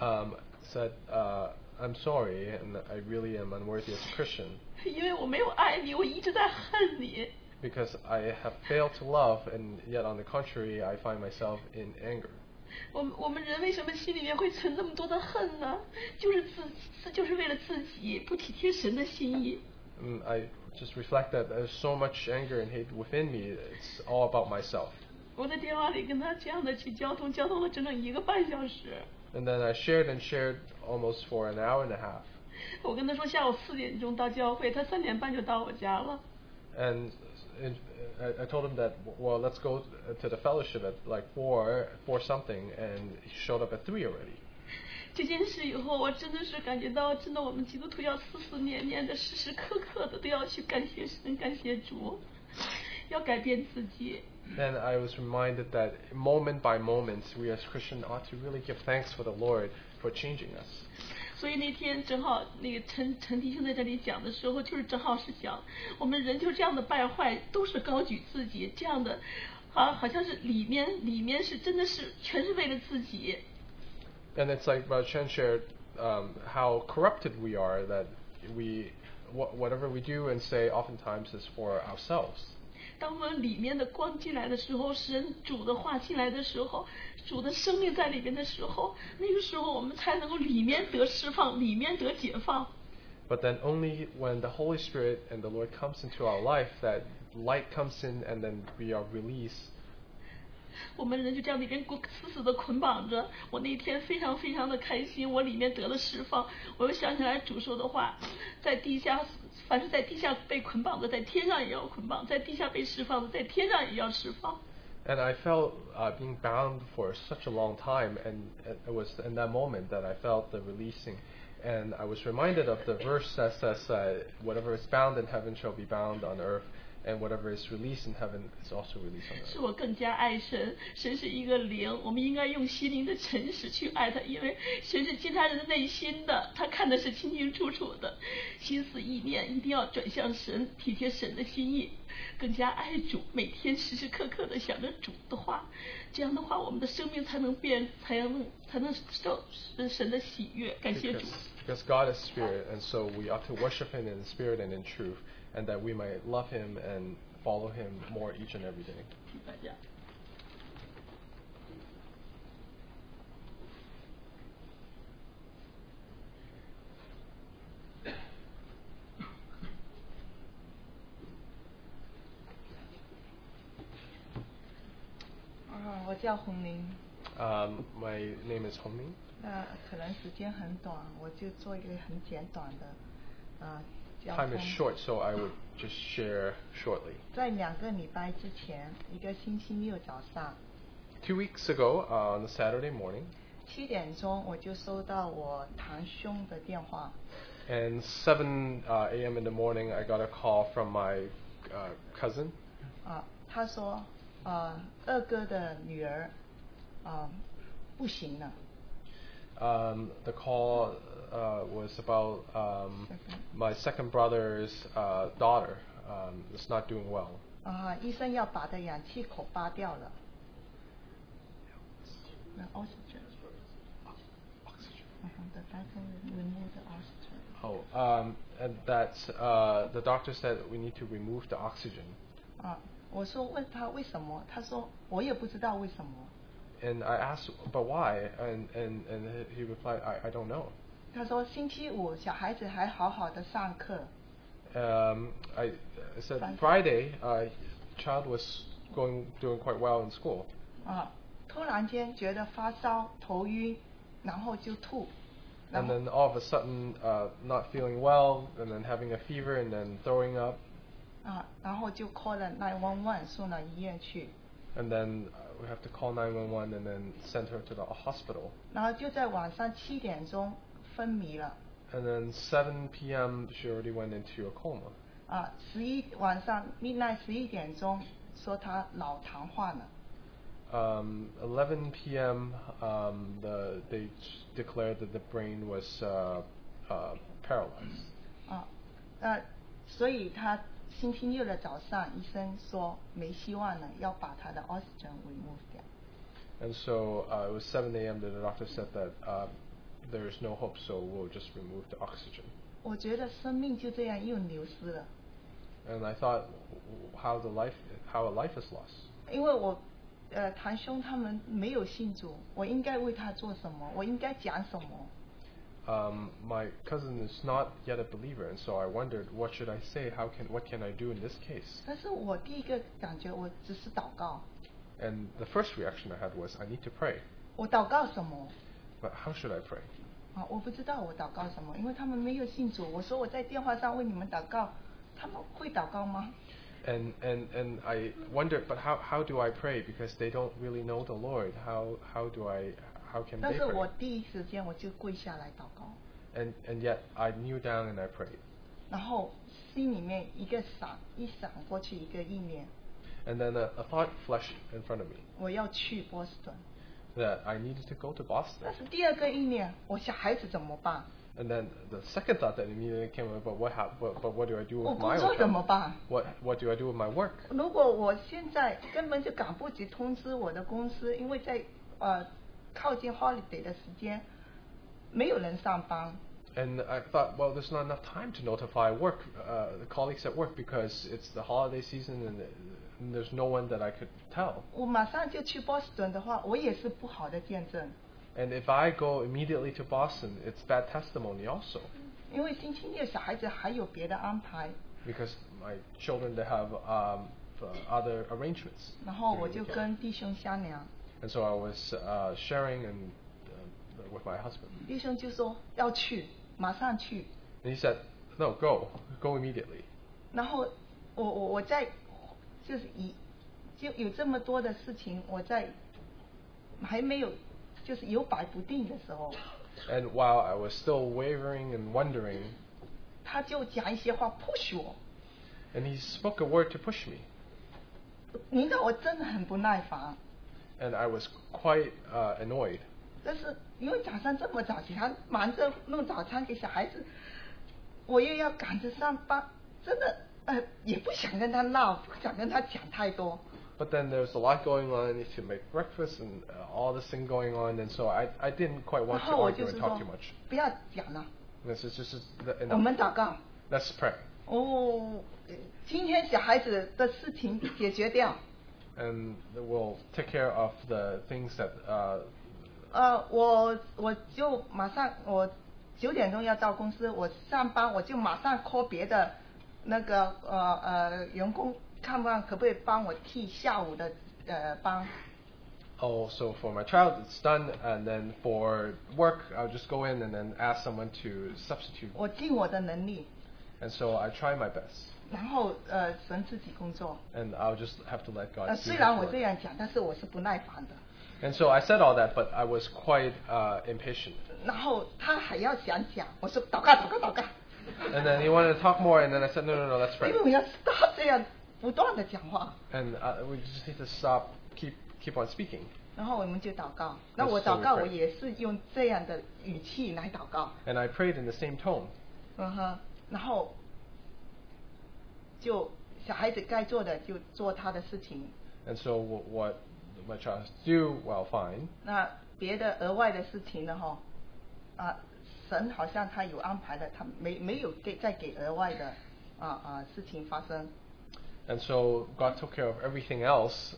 Speaker 6: Um, said, uh, "I'm sorry, and I really am unworthy as a Christian."
Speaker 10: 因为我没有爱你，我一直在恨你。
Speaker 6: because I have failed to love, and yet on the contrary, I find myself in anger.
Speaker 10: 我们我们人为什么心里面会存那么多的恨呢？就是自自就是为了自己不体贴神的心意。
Speaker 6: And Mm, I just reflect that there's so much anger and hate within me. It's all about myself.
Speaker 10: 我在电话里跟他这样的去交通，交通了整整一个半小时。
Speaker 6: And then I shared and shared almost for an hour and a half.
Speaker 10: 我跟他说下午四点钟到教会，他三点半就到我家了。
Speaker 6: And in, I, I told him that well, let's go to the fellowship at like four, four something, and he showed up at three already.
Speaker 10: 这件事以后，我真的是感觉到，真的我们基督徒要思思念念的，时时刻刻的都要去感谢神、感谢主，要改变自己。
Speaker 6: Then I was reminded that moment by moment, we as Christians ought to really give thanks for the Lord for changing us.
Speaker 10: 所以那天正好那个陈陈弟兄在这里讲的时候，就是正好是讲我们人就这样的败坏，都是高举自己这样的，好好像是里面里面是真的是全是为了自己。
Speaker 6: And it's like Brother Chen shared um, how corrupted we are, that we, wh- whatever we do and say oftentimes is for ourselves.
Speaker 10: 当我们里面的光进来的时候，神主的话进来的时候，主的生命在里面的时候，那个时候我们才能够里面得释放，里面得解放。
Speaker 6: But then only when the Holy Spirit and the Lord comes into our life that light comes in and then we are released.
Speaker 10: 我们人就这样里面捆死死的捆绑着。我那天非常非常的开心，我里面得了释放，我又想起来主说的话，在地下，凡是在地下被捆绑的，在天上也要捆绑；在地下被释放的，在天上也要释放。
Speaker 6: And I felt uh, being bound for such a long time, and it was in that moment that I felt the releasing. And I was reminded of the verse that says, uh, Whatever is bound in heaven shall be bound on earth, and whatever is released in heaven is also released on earth.
Speaker 10: 是我更加爱神，神是一个灵，我们应该用心灵的诚实去爱他，因为神是见他人的内心的，他看的是清清楚楚的，心思意念一定要转向神，体贴神的心意，更加爱主，每天时时刻刻的想着主的话，这样的话，我们的生命才能变，才能才能受神的喜悦，感谢主。
Speaker 6: Because, because God is spirit, and so we ought to worship Him in spirit and in truth, and that we might love Him and follow Him more each and every day.
Speaker 10: 大家。
Speaker 11: 啊，我叫洪玲。
Speaker 6: Um, my name is Hong Ming.
Speaker 11: 那可能时间很短，我就做一个很简短的，啊，交
Speaker 6: Time
Speaker 11: 通
Speaker 6: is。short, so I would just share shortly.
Speaker 11: 在两个礼拜之前，一个星期六早上
Speaker 6: Two weeks ago, uh, on a Saturday morning,
Speaker 11: 七点钟，我就收到我堂兄的电话，
Speaker 6: and 7 uh, a.m. in the morning, I got a call from my uh, cousin.
Speaker 11: 啊，他说，啊，二哥的女儿，啊，不行了，
Speaker 6: Um, the call uh, was about um,
Speaker 11: Second.
Speaker 6: my second brother's uh, daughter. Um, is not doing well.
Speaker 11: 啊，医生要把她氧气口拔掉了。那 oxygen。嗯哼
Speaker 12: The doctor removed the oxygen.
Speaker 6: Oh, um, and that uh, the doctor said we need to remove the oxygen.
Speaker 11: 啊，我说问他为什么，他说我也不知道为什么。
Speaker 6: And I asked, but why? And and, and he replied, I, I don't know.
Speaker 11: 他说星期五小孩子还好好的上课，
Speaker 6: Um, I, I said
Speaker 11: Friday.
Speaker 6: Friday, uh, child was going doing quite well in school,
Speaker 11: 啊，突然间觉得发烧、头晕，然后就吐，然
Speaker 6: and
Speaker 11: 后
Speaker 6: then all of a sudden, uh, not feeling well, and then having a fever, and then throwing up,
Speaker 11: 啊，然后就 call 了 nine one one 送到医院去，
Speaker 6: and then uh, we have to call 911 and then send her to the hospital.
Speaker 11: 然后就在晚上七点钟昏迷了，
Speaker 6: And then 7 p.m. she already went into a coma.
Speaker 11: 啊，十一晚上 midnight 十一点钟说他脑糖化了，
Speaker 6: um, 11 p.m. Um, the, they s- declared that the brain was uh, uh, paralyzed.
Speaker 11: 啊，呃，所以他星期六的早上医生说没希望了，要把他的 oxygen remove 掉。
Speaker 6: And so uh, it was 7 a.m. that the doctor said that uh, there is no hope, so we'll just remove the oxygen.
Speaker 11: 我觉得生命就这样又流失了，
Speaker 6: And I thought, w- w- how the life, how a life is lost.
Speaker 11: 因为我，呃，堂兄他们没有信主，我应该为他做什么？我应该讲什么？
Speaker 6: Um, my cousin is not yet a believer, and so I wondered, what should I say? How can, what can I do in this case?
Speaker 11: 但是我第一个感觉，我只是祷告。
Speaker 6: And the first reaction I had was, I need to pray.
Speaker 11: 我祷告什么？
Speaker 6: But how should I pray?
Speaker 11: 啊，我不知道我祷告什么，因为他们没有信主。我说我在电话上为你们祷告，他们会祷告吗？
Speaker 6: and and and I wonder, but how how do I pray? Because they don't really know the Lord. How how do I how can
Speaker 11: 但
Speaker 6: they
Speaker 11: 是我
Speaker 6: pray?
Speaker 11: 第一时间我就跪下来祷告，
Speaker 6: And and yet I kneel down and I prayed,
Speaker 11: 然后心里面一个闪一闪过去一个意念，
Speaker 6: and then a, a thought flashed in front of me
Speaker 11: 我要去波士顿。
Speaker 6: that I needed to go to Boston.
Speaker 11: 但是第二个意念，我小孩子怎么办？
Speaker 6: And then the second thought that immediately came up, but what, hap- but, but what do I do
Speaker 11: 我
Speaker 6: with
Speaker 11: 工
Speaker 6: my
Speaker 11: 作
Speaker 6: work?
Speaker 11: 怎么办？
Speaker 6: What, what do I do with my work?
Speaker 11: 如果我现在根本就赶不及通知我的公司，因为在呃靠近 holiday 的时间，没有人上班，
Speaker 6: And I thought, well, there's not enough time to notify work, uh, the colleagues at work, because it's the holiday season and, and there's no one that I could tell.
Speaker 11: 我马上就去波士顿的话，我也是不好的见证，
Speaker 6: And if I go immediately to Boston, it's bad testimony also,
Speaker 11: 因为星期六小孩子还有别的安排，
Speaker 6: because my children, they have um, uh, other arrangements.
Speaker 11: 然后
Speaker 6: during
Speaker 11: 我
Speaker 6: the
Speaker 11: 就
Speaker 6: weekend.
Speaker 11: 跟弟兄商量，
Speaker 6: And so I was uh, sharing and uh, with my husband.
Speaker 11: 弟兄就说要去，马上去，
Speaker 6: And he said, no, go, go immediately.
Speaker 11: 然后我我我在就是一就有这么多的事情，我在还没有就是摇摆不定的时候，
Speaker 6: And while I was still wavering and wondering,
Speaker 11: 他就讲一些话 push 我，
Speaker 6: and he spoke a word to push me,
Speaker 11: 你知道我真的很不耐烦，
Speaker 6: and I was quite uh, annoyed.
Speaker 11: 但是因为早上这么早起，他忙着弄早餐给小孩子，我又要赶着上班，真的呃也不想跟他闹，不想跟他讲太多。
Speaker 6: But then there's a lot going on. I need to make breakfast and uh, all this thing going on, and so I, I didn't quite
Speaker 11: 然
Speaker 6: want to
Speaker 11: 后我
Speaker 6: argue
Speaker 11: 就是
Speaker 6: and
Speaker 11: 说
Speaker 6: talk too much.
Speaker 11: 不要讲了，
Speaker 6: This is just the,
Speaker 11: 我们
Speaker 6: enough.
Speaker 11: 祷告。
Speaker 6: Let's pray.
Speaker 11: 哦，今天小孩子的事情解决掉。
Speaker 6: And we'll take care of the things that uh,
Speaker 11: 呃，我我就马上我九点钟要到公司，我上班我就马上 call 别的那个呃呃员工，看看可不可以帮我替下午的呃班。
Speaker 6: oh, so for my child, it's done, and then for work, I'll just go in and then ask someone to substitute.
Speaker 11: 我尽我的能力，
Speaker 6: And so I try my best,
Speaker 11: 然后呃神自己工作。
Speaker 6: and I'll just have to let God
Speaker 11: 呃，
Speaker 6: do
Speaker 11: 虽
Speaker 6: his
Speaker 11: 然我
Speaker 6: work.
Speaker 11: 这样讲，但是我是不耐烦的。
Speaker 6: And so I said all that, but I was quite uh, impatient.
Speaker 11: 然后他还要想讲，我说祷告祷告祷告，
Speaker 6: And then he wanted to talk more, and then I said, no, no, no, let's
Speaker 11: 因
Speaker 6: pray.
Speaker 11: 为我要他这样不断的讲话。
Speaker 6: And uh, we just need to stop, keep, keep on speaking.
Speaker 11: 然后我们就祷告。那
Speaker 6: Yes,
Speaker 11: 我
Speaker 6: so
Speaker 11: 祷
Speaker 6: we
Speaker 11: 告，
Speaker 6: pray.
Speaker 11: 我也是用这样的语气来祷告。
Speaker 6: And I prayed in the same tone.
Speaker 11: 嗯哼，然后就小孩子该做的就做他的事情，
Speaker 6: And so w- what my child do, well, fine.
Speaker 11: 那别的额外的事情呢？哈，啊，神好像他有安排的，他没没有给再给额外的啊啊事情发生。
Speaker 6: And so God took care of everything else.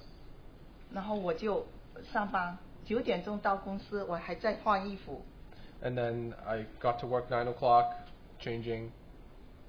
Speaker 11: 然后我就上班，九点钟到公司，我还在换衣服。
Speaker 6: And then I got to work 9 o'clock, changing.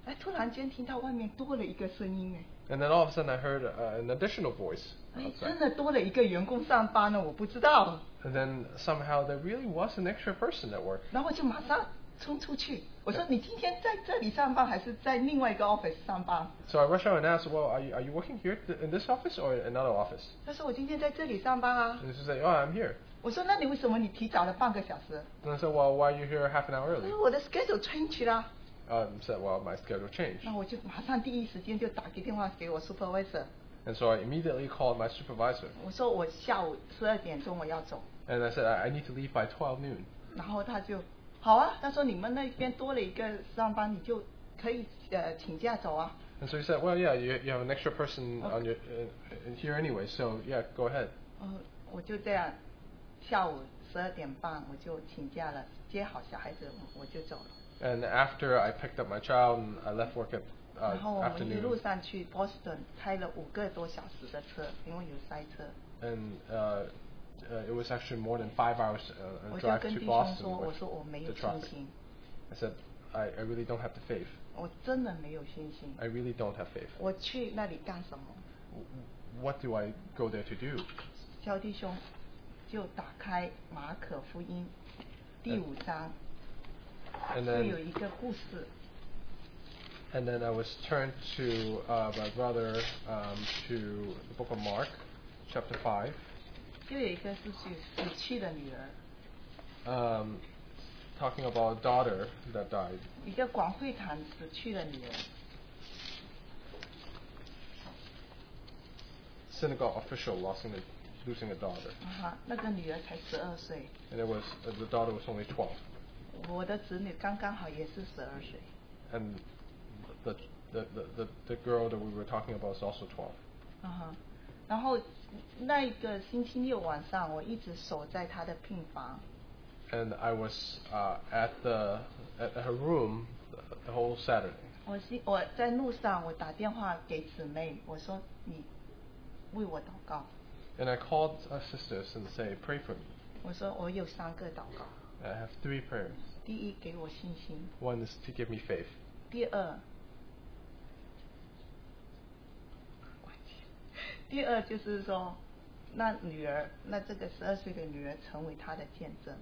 Speaker 11: 哎，突然间听到外面多了一个声音，哎，
Speaker 6: And then all of a sudden I heard uh, an additional voice
Speaker 11: 哎，
Speaker 6: outside.
Speaker 11: 真的多了一个员工上班了，我不知道。
Speaker 6: And then somehow there really was an extra person at work.
Speaker 11: 然后我就马上冲出去，我说你今天在这里上班还是在另外一个 office 上班？
Speaker 6: So I rushed out and asked, well, are you, are you working here th- in this office or another office?
Speaker 11: 他说我今天在这里上班啊。
Speaker 6: And she said, oh, I'm here.
Speaker 11: 我说那你为什么你提早了半个小时？
Speaker 6: And I said, well, why are you here half an hour
Speaker 11: 他
Speaker 6: early?
Speaker 11: 说哎我的 schedule change 啦。
Speaker 6: Um, said, well, my schedule changed.
Speaker 11: 那我就马上第一时间就打个电话给我 supervisor，
Speaker 6: And so I immediately called my supervisor.
Speaker 11: 我说我下午十二点钟我要走，
Speaker 6: And I said, I I need to leave by 12 noon.
Speaker 11: 然后他就好啊，他说你们那边多了一个上班，你就可以呃请假走啊。
Speaker 6: And so he said, well, yeah, you, you have an extra person on your, uh, uh, here anyway, so yeah, go ahead.
Speaker 11: 嗯，我就这样，下午十二点半我就请假了，接好小孩子我我就走了。
Speaker 6: And after I picked up my child and I left work at
Speaker 11: 然后
Speaker 6: uh,
Speaker 11: 我们一路
Speaker 6: afternoon,
Speaker 11: 上去 Boston 开了五个多小时的车，因为有塞车。
Speaker 6: and uh, uh, it was actually more than five hours uh, a
Speaker 11: 我就
Speaker 6: drive
Speaker 11: 跟
Speaker 6: to
Speaker 11: 弟兄
Speaker 6: Boston
Speaker 11: 说，我
Speaker 6: with
Speaker 11: 说我没
Speaker 6: the
Speaker 11: 有信
Speaker 6: traffic.
Speaker 11: 心，
Speaker 6: I said, I, I really don't have the faith.
Speaker 11: 我真的没有信心
Speaker 6: I。really don't have faith.
Speaker 11: 我去那里干什么？
Speaker 6: What do I go there to do?
Speaker 11: 小弟兄就打开马可福音第五章，
Speaker 6: And 呃
Speaker 11: 是
Speaker 6: 嗯
Speaker 11: 有
Speaker 6: then
Speaker 11: 一个故事。
Speaker 6: And then I was turned to uh, my brother um, to the book of Mark, chapter 5.
Speaker 11: 又有一个是娶死去的女儿，
Speaker 6: Um, talking about a daughter that died.
Speaker 11: 一个广会堂死去的女人，
Speaker 6: Synagogue official losing a, losing a daughter.
Speaker 11: 啊哈，那个女儿才十二岁，
Speaker 6: And it was uh, the daughter was only 12.
Speaker 11: 我的子女刚刚好也是十二岁，
Speaker 6: And the, the, the, the, the girl that we were talking about is also 12.
Speaker 11: 啊哈，然后那一个星期六晚上，我一直守在她的病房，
Speaker 6: And I was uh, at, the, at her room the, the whole Saturday.
Speaker 11: 我心我在路上，我打电话给姊妹，我说你为我祷告，
Speaker 6: And I called our sisters and say, pray for me.
Speaker 11: 我说我有三个祷告，
Speaker 6: I have three prayers.
Speaker 11: 第一给我信心，
Speaker 6: One is to give me faith.
Speaker 11: 第二， [LAUGHS] 第二就是说，那女儿，那这个十二岁的女儿成为她的见证。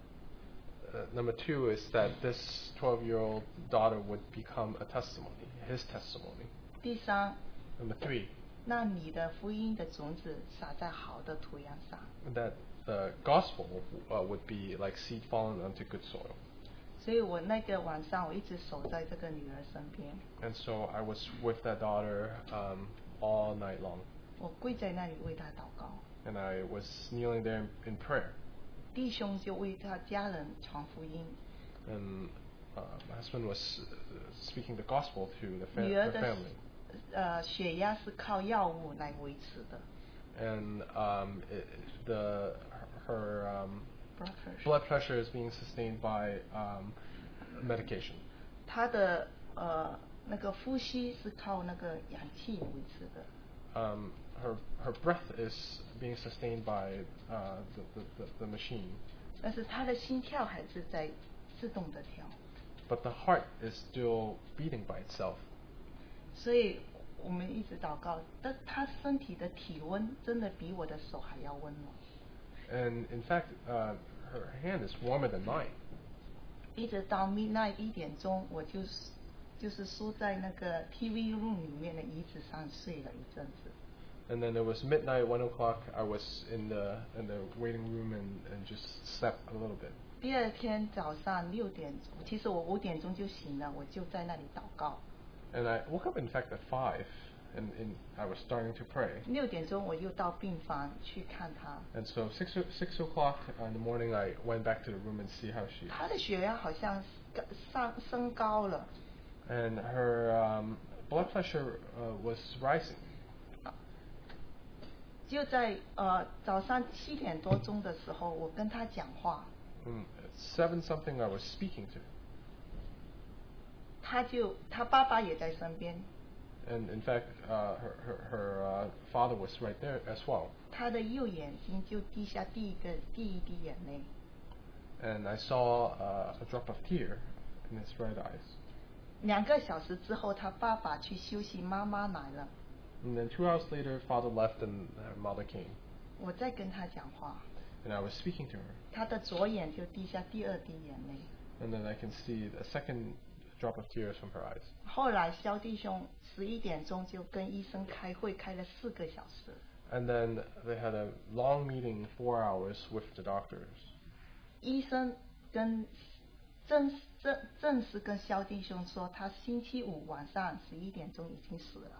Speaker 6: Uh, number two is that this 12-year-old daughter would become a testimony, his testimony.
Speaker 11: 第三，
Speaker 6: Number three,
Speaker 11: 那你的福音的种子撒在好的土壤上。
Speaker 6: that the gospel uh, would be like seed fallen onto good soil.
Speaker 11: 所以我那个晚上，我一直守在这个女儿身边，
Speaker 6: And so I was with that daughter um, all night long,
Speaker 11: 我跪在那里为她祷告，
Speaker 6: and I was kneeling there in, in prayer.
Speaker 11: 弟兄就为他家人传福音，
Speaker 6: And uh, my husband was uh, speaking the gospel to the fam-
Speaker 11: 女儿
Speaker 6: her
Speaker 11: 的
Speaker 6: family.
Speaker 11: 呃血压是靠药物来维持的。
Speaker 6: and um, it, the her um,
Speaker 11: Blood pressure.
Speaker 6: blood pressure is being sustained by um, medication,
Speaker 11: 他的呃那个呼吸是靠那个氧气维持的。
Speaker 6: um, her her breath is being sustained by uh, the, the, the, the machine,
Speaker 11: 但是他的心跳还是在自动的跳，
Speaker 6: but the heart is still beating by itself.
Speaker 11: 所以我们一直祷告，但他身体的体温真的比我的手还要温暖，
Speaker 6: And in fact, uh, her hand is warmer than mine.
Speaker 11: 一直到 midnight 一点钟，我就是就是缩在那个 TV room 里面的椅子上睡了一阵子，
Speaker 6: And then it was midnight, one o'clock. I was in the in the waiting room and, and just slept a little bit.
Speaker 11: 第二天早上六点，其实我五点钟就醒了，我就在那里祷告。
Speaker 6: And I woke up, in fact, at five, and, and I was starting to pray.
Speaker 11: 六点钟我又到病房去看他，
Speaker 6: And so six o- six o'clock in the morning, I went back to the room and see how she.
Speaker 11: 他的血压好像上升高了，
Speaker 6: And her um, blood pressure uh, was rising.
Speaker 11: 就在呃早上七点多钟的时候，我跟他讲话，
Speaker 6: Mm, at seven something, I was speaking to, her.
Speaker 11: 他就他爸爸也在身边，
Speaker 6: and in fact, uh, her her, her uh, father was right there as well.
Speaker 11: 他的右眼睛就滴下第一个第一滴眼泪，
Speaker 6: And I saw uh, a drop of tear in his right eyes.
Speaker 11: 两个小时之后，他爸爸去休息，妈妈来了，
Speaker 6: And then two hours later, father left and her mother came,
Speaker 11: 我再跟他讲话，
Speaker 6: and I was speaking to her.
Speaker 11: 他的左眼就滴下第二滴眼泪。
Speaker 6: And then I can see a second drop of tears from her eyes.
Speaker 11: 后来肖弟兄十一点钟就跟医生开会，开了四个小时。
Speaker 6: And then they had a long meeting, four hours, with the doctors.
Speaker 11: 医生跟正正正式跟肖弟兄说，他星期五晚上十一点钟已经死了。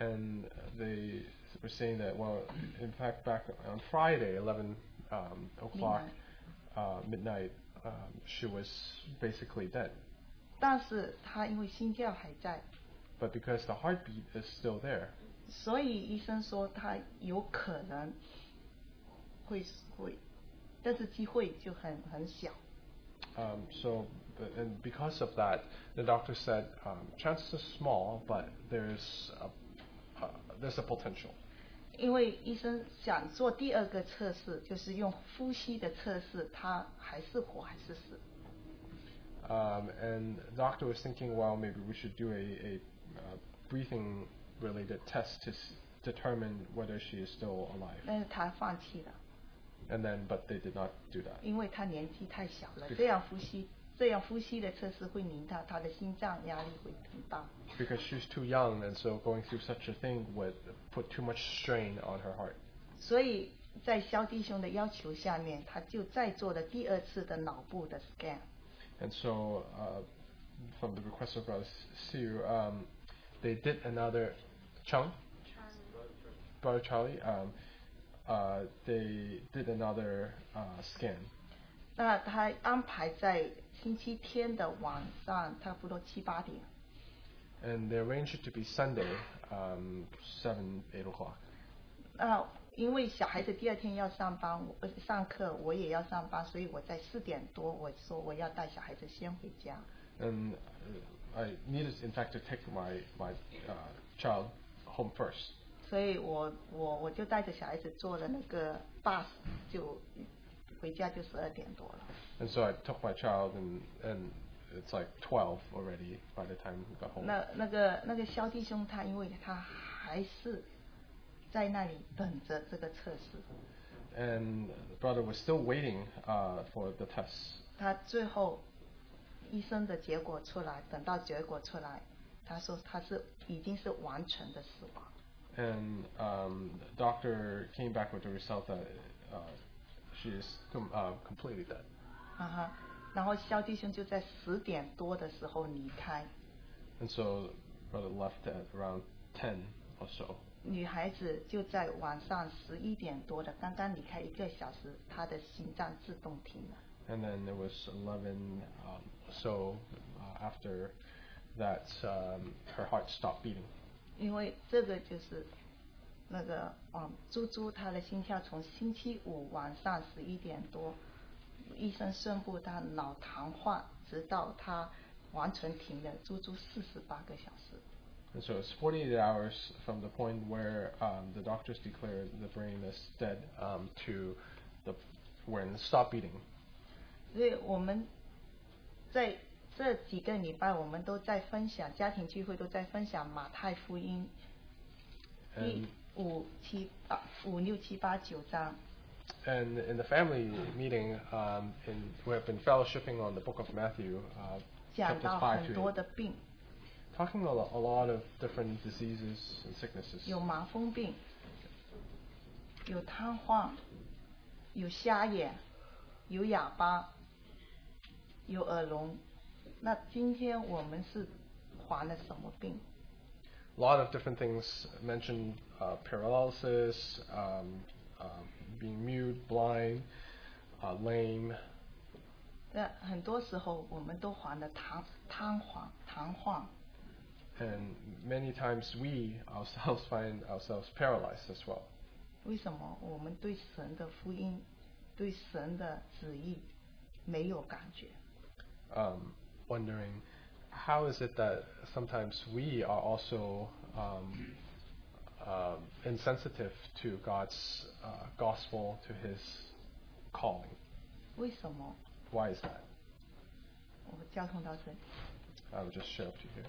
Speaker 6: And they were saying that, well, in fact, back on Friday, 11 um, o'clock, uh, midnight, um, she was basically dead.
Speaker 11: 但是他因为心跳还在，
Speaker 6: But because the heartbeat is still there,
Speaker 11: 所以医生说他有可能会会，但是机会就很很小。
Speaker 6: um, so, and because of that, the doctor said, um, chances are small, but there's a, uh, there's a potential.
Speaker 11: 因为医生想做第二个测试，就是用呼吸的测试，他还是活还是死。
Speaker 6: Um, and the doctor was thinking, well, maybe we should do a, a uh, breathing related test to s- determine whether she is still alive.
Speaker 11: 但是他放弃了，
Speaker 6: And then, but they did not do that
Speaker 11: 因为他年纪太小了，
Speaker 6: 对
Speaker 11: 这样呼吸这样呼吸的测试会令到他的心脏压力会很大。
Speaker 6: because she's too young, and so going through such a thing would put too much strain on her heart.
Speaker 11: 所以在肖弟兄的要求下面，他就再做了第二次的脑部的 scan。
Speaker 6: And so, uh, from the request of Brother Siu, um, they did another Chung, Brother Charlie. Um, uh, they did another uh, scan,
Speaker 11: 那他安排在星期天的晚上，差不多七八点。
Speaker 6: and they arranged it to be Sunday, um, seven, eight o'clock.
Speaker 11: 那因为小孩子第二天要上班，我呃上课我也要上班，所以我在四点多我说我要带小孩子先回家。
Speaker 6: And uh, I needed, in fact, to take my my uh, child home first.
Speaker 11: 所以我我我就带着小孩子坐了那个 bus 就回家就十二点多了。
Speaker 6: And so I took my child, and and it's like twelve already by the time we got home.
Speaker 11: 那那个那个肖弟兄他因为他还是在那里等着这个测试，
Speaker 6: And the brother was still waiting uh, for the test.
Speaker 11: 他最后医生的结果出来，等到结果出来，他说他是已经是完全的死亡。
Speaker 6: And um, the doctor came back with the result that uh, she is com- uh, completely dead.
Speaker 11: 啊哈，然后肖弟兄就在十点多的时候离开，
Speaker 6: And so brother left at around ten or so.
Speaker 11: 女孩子就在晚上十一点多的刚刚离开一个小时，她的心脏自动停了。
Speaker 6: And then it was eleven um, or so uh, after that um, her heart stopped beating.
Speaker 11: 因为这个就是那个嗯，猪猪她的心跳从星期五晚上十一点多，医生宣布她脑糖化，直到她完全停了，足足四十八个小时。
Speaker 6: And so it's 48 hours from the point where um, the doctors declared the brain as dead um, to the when it stopped beating.
Speaker 11: 所以我们在这几个礼拜，我们都在分享家庭聚会，都在分享马太福音第
Speaker 6: And
Speaker 11: 五七八五六七八九章。
Speaker 6: and in the family meeting, um, in, we have been fellowshipping on the book of Matthew, uh,
Speaker 11: 讲
Speaker 6: chapters
Speaker 11: 到
Speaker 6: 5
Speaker 11: 很
Speaker 6: to
Speaker 11: 多
Speaker 6: 8,
Speaker 11: 的病，
Speaker 6: talking a lot, a lot of different diseases and sicknesses.
Speaker 11: 有麻风病，有瘫痪，有瞎眼，有哑巴，有耳聋。那今天我们是患了什么病？
Speaker 6: A lot of different things mentioned uh, paralysis, um, um, being mute, blind, uh, lame,
Speaker 11: 那很多时候我们都患了瘫瘫痪、瘫痪。
Speaker 6: and many times we [LAUGHS] ourselves find ourselves paralyzed as well.
Speaker 11: 为什么我们对神的福音、对神的旨意没有感觉？
Speaker 6: Um, wondering how is it that sometimes we are also um, um, insensitive to God's uh, gospel, to His calling?
Speaker 11: 为什么？
Speaker 6: Why is that?
Speaker 11: 我交通到这里。
Speaker 6: I will just share up to you here.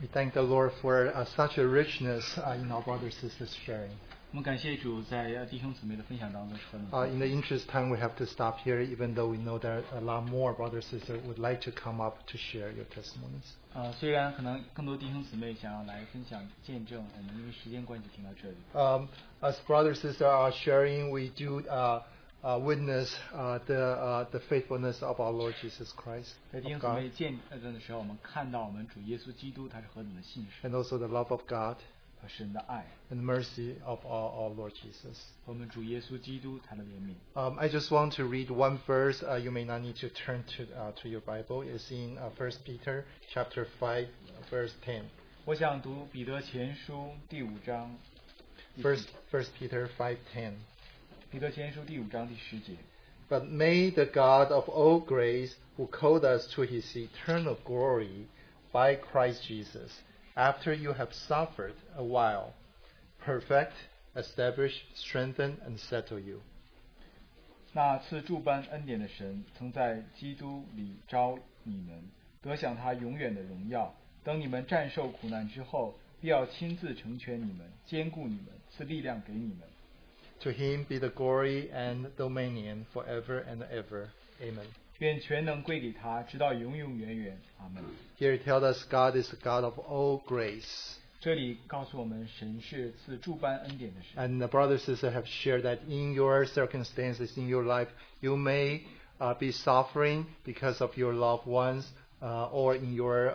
Speaker 2: We thank the Lord for uh, such a richness uh, in our brothers and sisters sharing.
Speaker 1: 我们感谢主在呃弟兄姊妹的分享当中说
Speaker 2: Uh,
Speaker 1: 呢，
Speaker 2: in the interest of time, we have to stop here, even though we know that a lot more brothers and sisters would like to come up to share your testimonies.
Speaker 1: 呃，虽然可能更多弟兄姊妹想要来分享见证，我们因为时间关系停到这里。
Speaker 2: Um, as brothers and sisters are sharing, we do uh, uh, witness uh, the, uh, the faithfulness of our Lord Jesus Christ,
Speaker 1: 在
Speaker 2: of
Speaker 1: 弟兄姊
Speaker 2: God,
Speaker 1: 妹见证的时候，我们看到我们主耶稣基督他是何等的信实
Speaker 2: and also the love of God
Speaker 1: 和神的爱，
Speaker 2: and mercy of our, our Lord Jesus.
Speaker 1: 我们主耶稣基督他的怜悯。
Speaker 2: Um, I just want to read one verse. Uh, you may not need to turn to, uh, to your Bible. It's in uh, 1 Peter chapter 5, verse 10.
Speaker 1: 我想读彼得前书第五章，
Speaker 2: First, First Peter 5:10.
Speaker 1: 彼得前书第五章第十节。
Speaker 2: But may the God of all grace, who called us to His eternal glory by Christ Jesus, after you have suffered a while, perfect, establish, strengthen, and settle you.
Speaker 1: 那赐诸般恩典的神，曾在基督里招你们，得享他永远的荣耀。等你们战胜苦难之后，必要亲自成全你们，兼顾你们，赐力量给你们。
Speaker 2: To him be the glory and dominion forever and ever. Amen.
Speaker 1: 愿全能归给他，直到永永远远。阿门。
Speaker 2: Here it tells us God is the God of all grace.
Speaker 1: 这里告诉我们，神是赐诸般恩典的神。
Speaker 2: And the brothers and sisters have shared that in your circumstances, in your life, you may uh, be suffering because of your loved ones uh, or in your uh,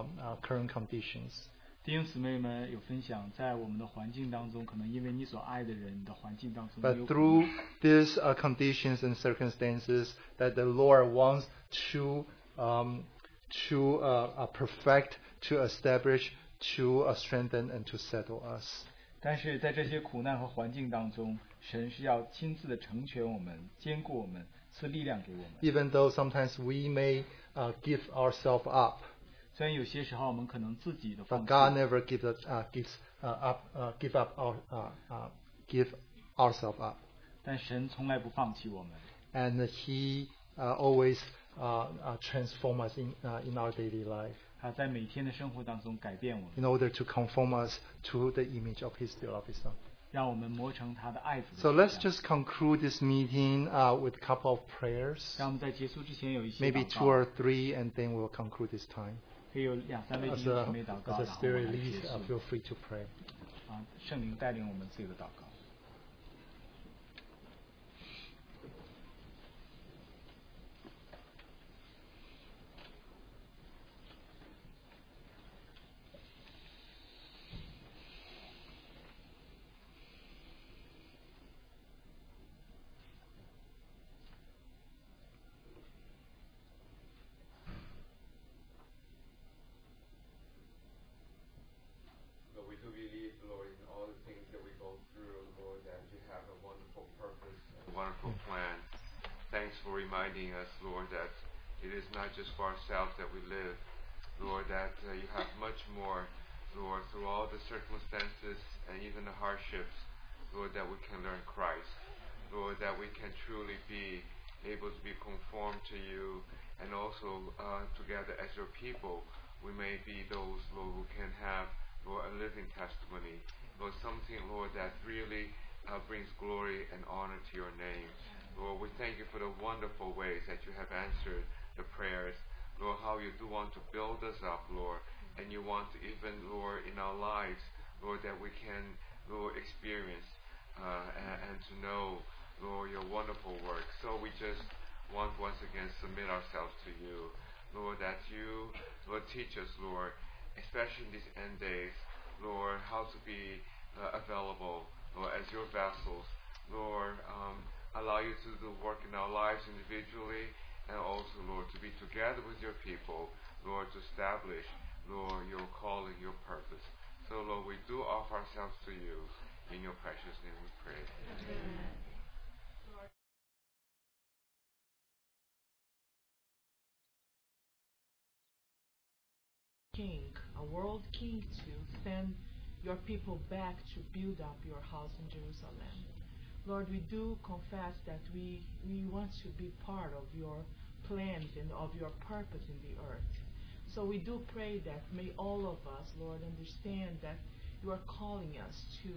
Speaker 2: um, uh, current conditions.
Speaker 1: 弟兄姊妹们有分享，在我们的环境当中，可能因为你所爱的人的环境当中，你
Speaker 2: But
Speaker 1: 有可能
Speaker 2: through these uh, conditions and circumstances, that the Lord wants to um, to uh, uh, perfect, to establish, to uh, strengthen, and to settle us.
Speaker 1: 但是在这些苦难和环境当中，神是要亲自的成全我们、坚固我们、赐力量给我们。
Speaker 2: Even though sometimes we may uh, give ourselves up,
Speaker 1: 虽然有些时候我们可能自己的
Speaker 2: but
Speaker 1: 放
Speaker 2: God
Speaker 1: 弃，
Speaker 2: never gives us, uh, gives uh, up, uh, give up our, uh, uh, give ourselves up,
Speaker 1: 但神从来不放弃我们，
Speaker 2: and He uh, always uh, uh, transforms us in uh, in our daily life.
Speaker 1: 他在每天的生活当中改变我们，
Speaker 2: in order to conform us to the image of His beloved Son.
Speaker 1: 让我们磨成他的爱子的
Speaker 2: So
Speaker 1: 形
Speaker 2: let's
Speaker 1: 象
Speaker 2: just conclude this meeting uh, with a couple of prayers,
Speaker 1: 让我们在结束之前有一些
Speaker 2: maybe
Speaker 1: 祷
Speaker 2: two
Speaker 1: 告
Speaker 2: or three, and then we'll conclude this time.
Speaker 1: 可以有两三位弟
Speaker 2: As
Speaker 1: 兄
Speaker 2: the,
Speaker 1: 姊妹祷告，
Speaker 2: as
Speaker 1: 然
Speaker 2: the
Speaker 1: 后我们
Speaker 2: Spirit
Speaker 1: 来结
Speaker 2: leads, uh,
Speaker 1: 束
Speaker 2: feel。free to pray.
Speaker 1: 啊，圣灵带领我们自由的祷告。
Speaker 13: But we do believe, Lord, in all the things that we go through, Lord, that you have a wonderful purpose, a wonderful plan. Thanks for reminding us, Lord, that it is not just for ourselves that we live, Lord, that uh, you have much more, Lord, through all the circumstances and even the hardships, Lord, that we can learn Christ. Lord, that we can truly be able to be conformed to you and also uh, together as your people, we may be those, Lord, who can have, Lord, a living testimony. Lord, something, Lord, that really uh, brings glory and honor to your name. Lord, we thank you for the wonderful ways that you have answered the prayers. Lord, how you do want to build us up, Lord, and you want to even, Lord, in our lives, Lord, that we can, Lord, experience uh, and, and to know, Lord, your wonderful work. So we just want to once again submit ourselves to you, Lord, that you, Lord, teach us, Lord, especially in these end days, Lord, how to be uh, available, Lord, as your vessels. Lord, um, allow you to do work in our lives individually and also, Lord, to be together with your people, Lord, to establish, Lord, your calling, your purpose. So, Lord, we do offer ourselves to you. In your precious name we pray.
Speaker 4: king, a world king, to send your people back to build up your house in Jerusalem. Lord, we do confess that we, we want to be part of your plans and of your purpose in the earth. So we do pray that may all of us, Lord, understand that you are calling us to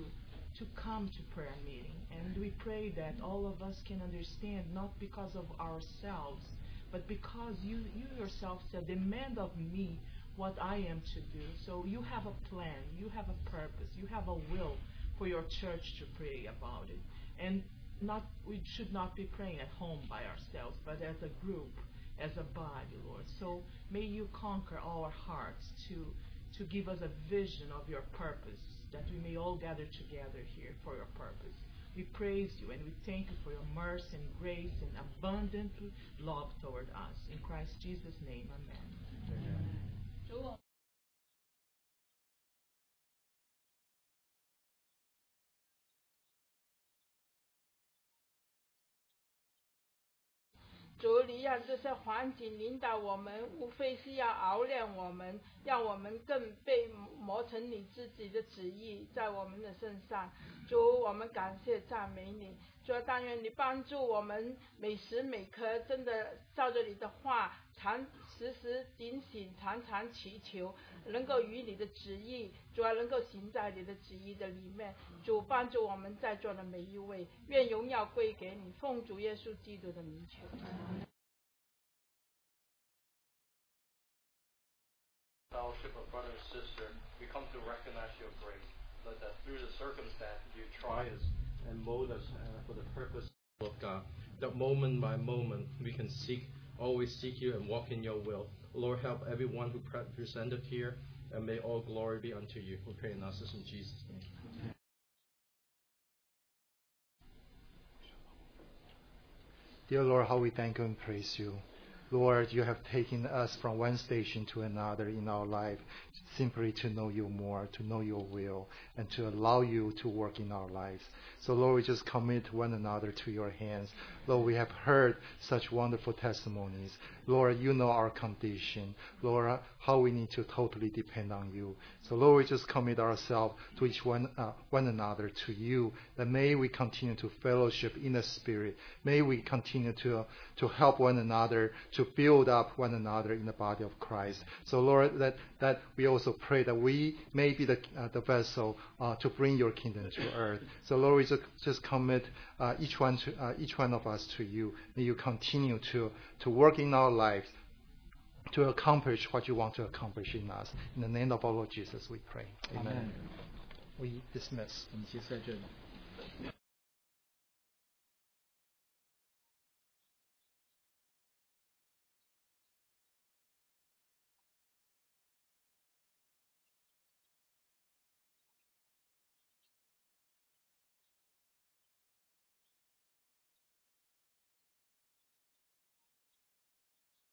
Speaker 4: to come to prayer meeting. And we pray that all of us can understand not because of ourselves, but because you, you yourself said, demand of me what I am to do. So you have a plan, you have a purpose, you have a will for your church to pray about it. And not we should not be praying at home by ourselves, but as a group, as a body, Lord. So may you conquer our hearts to to give us a vision of your purpose, that we may all gather together here for your purpose. We praise you and we thank you for your mercy and grace and abundant love toward us. In Christ Jesus' name, amen.
Speaker 10: 主我主你让这些环境领导我们，无非是要熬炼我们，让我们更被磨成你自己的旨意在我们的身上。主，我们感谢赞美你。主，但愿你帮助我们每时每刻真的照着你的话常
Speaker 14: 时时警醒，常常祈求，能够与你的旨意，主要能够行在你的旨意的里面。主帮助我们在座的每一位，愿荣耀归给你，奉主耶稣基督的名求。
Speaker 5: fellowship of brother and sister, we come to recognize your grace, but that through the circumstance you try us and mold us uh, for the purpose
Speaker 6: Lord God, that moment by moment we can seek, always seek you and walk in your will. Lord, help everyone who pre- presented here, and may all glory be unto you. We pray in our in Jesus' name.
Speaker 2: Dear Lord, how we thank you and praise you. Lord, you have taken us from one station to another in our life simply to know you more, to know your will, and to allow you to work in our lives. So, Lord, we just commit one another to your hands. Lord, we have heard such wonderful testimonies. Lord, you know our condition. Lord, how we need to totally depend on you. So, Lord, we just commit ourselves to each one, uh, one another to you. That may we continue to fellowship in the Spirit. May we continue to, to help one another, to build up one another in the body of Christ. So, Lord, that, that we also pray that we may be the, uh, the vessel uh, to bring your kingdom to earth. So, Lord, we just, just commit uh, each, one to, uh, each one of us to you. May you continue to, to work in our lives to accomplish what you want to accomplish in us. In the name of our Lord Jesus, we pray. Amen.
Speaker 3: Amen.
Speaker 2: We dismiss.
Speaker 3: 我们结束在这里。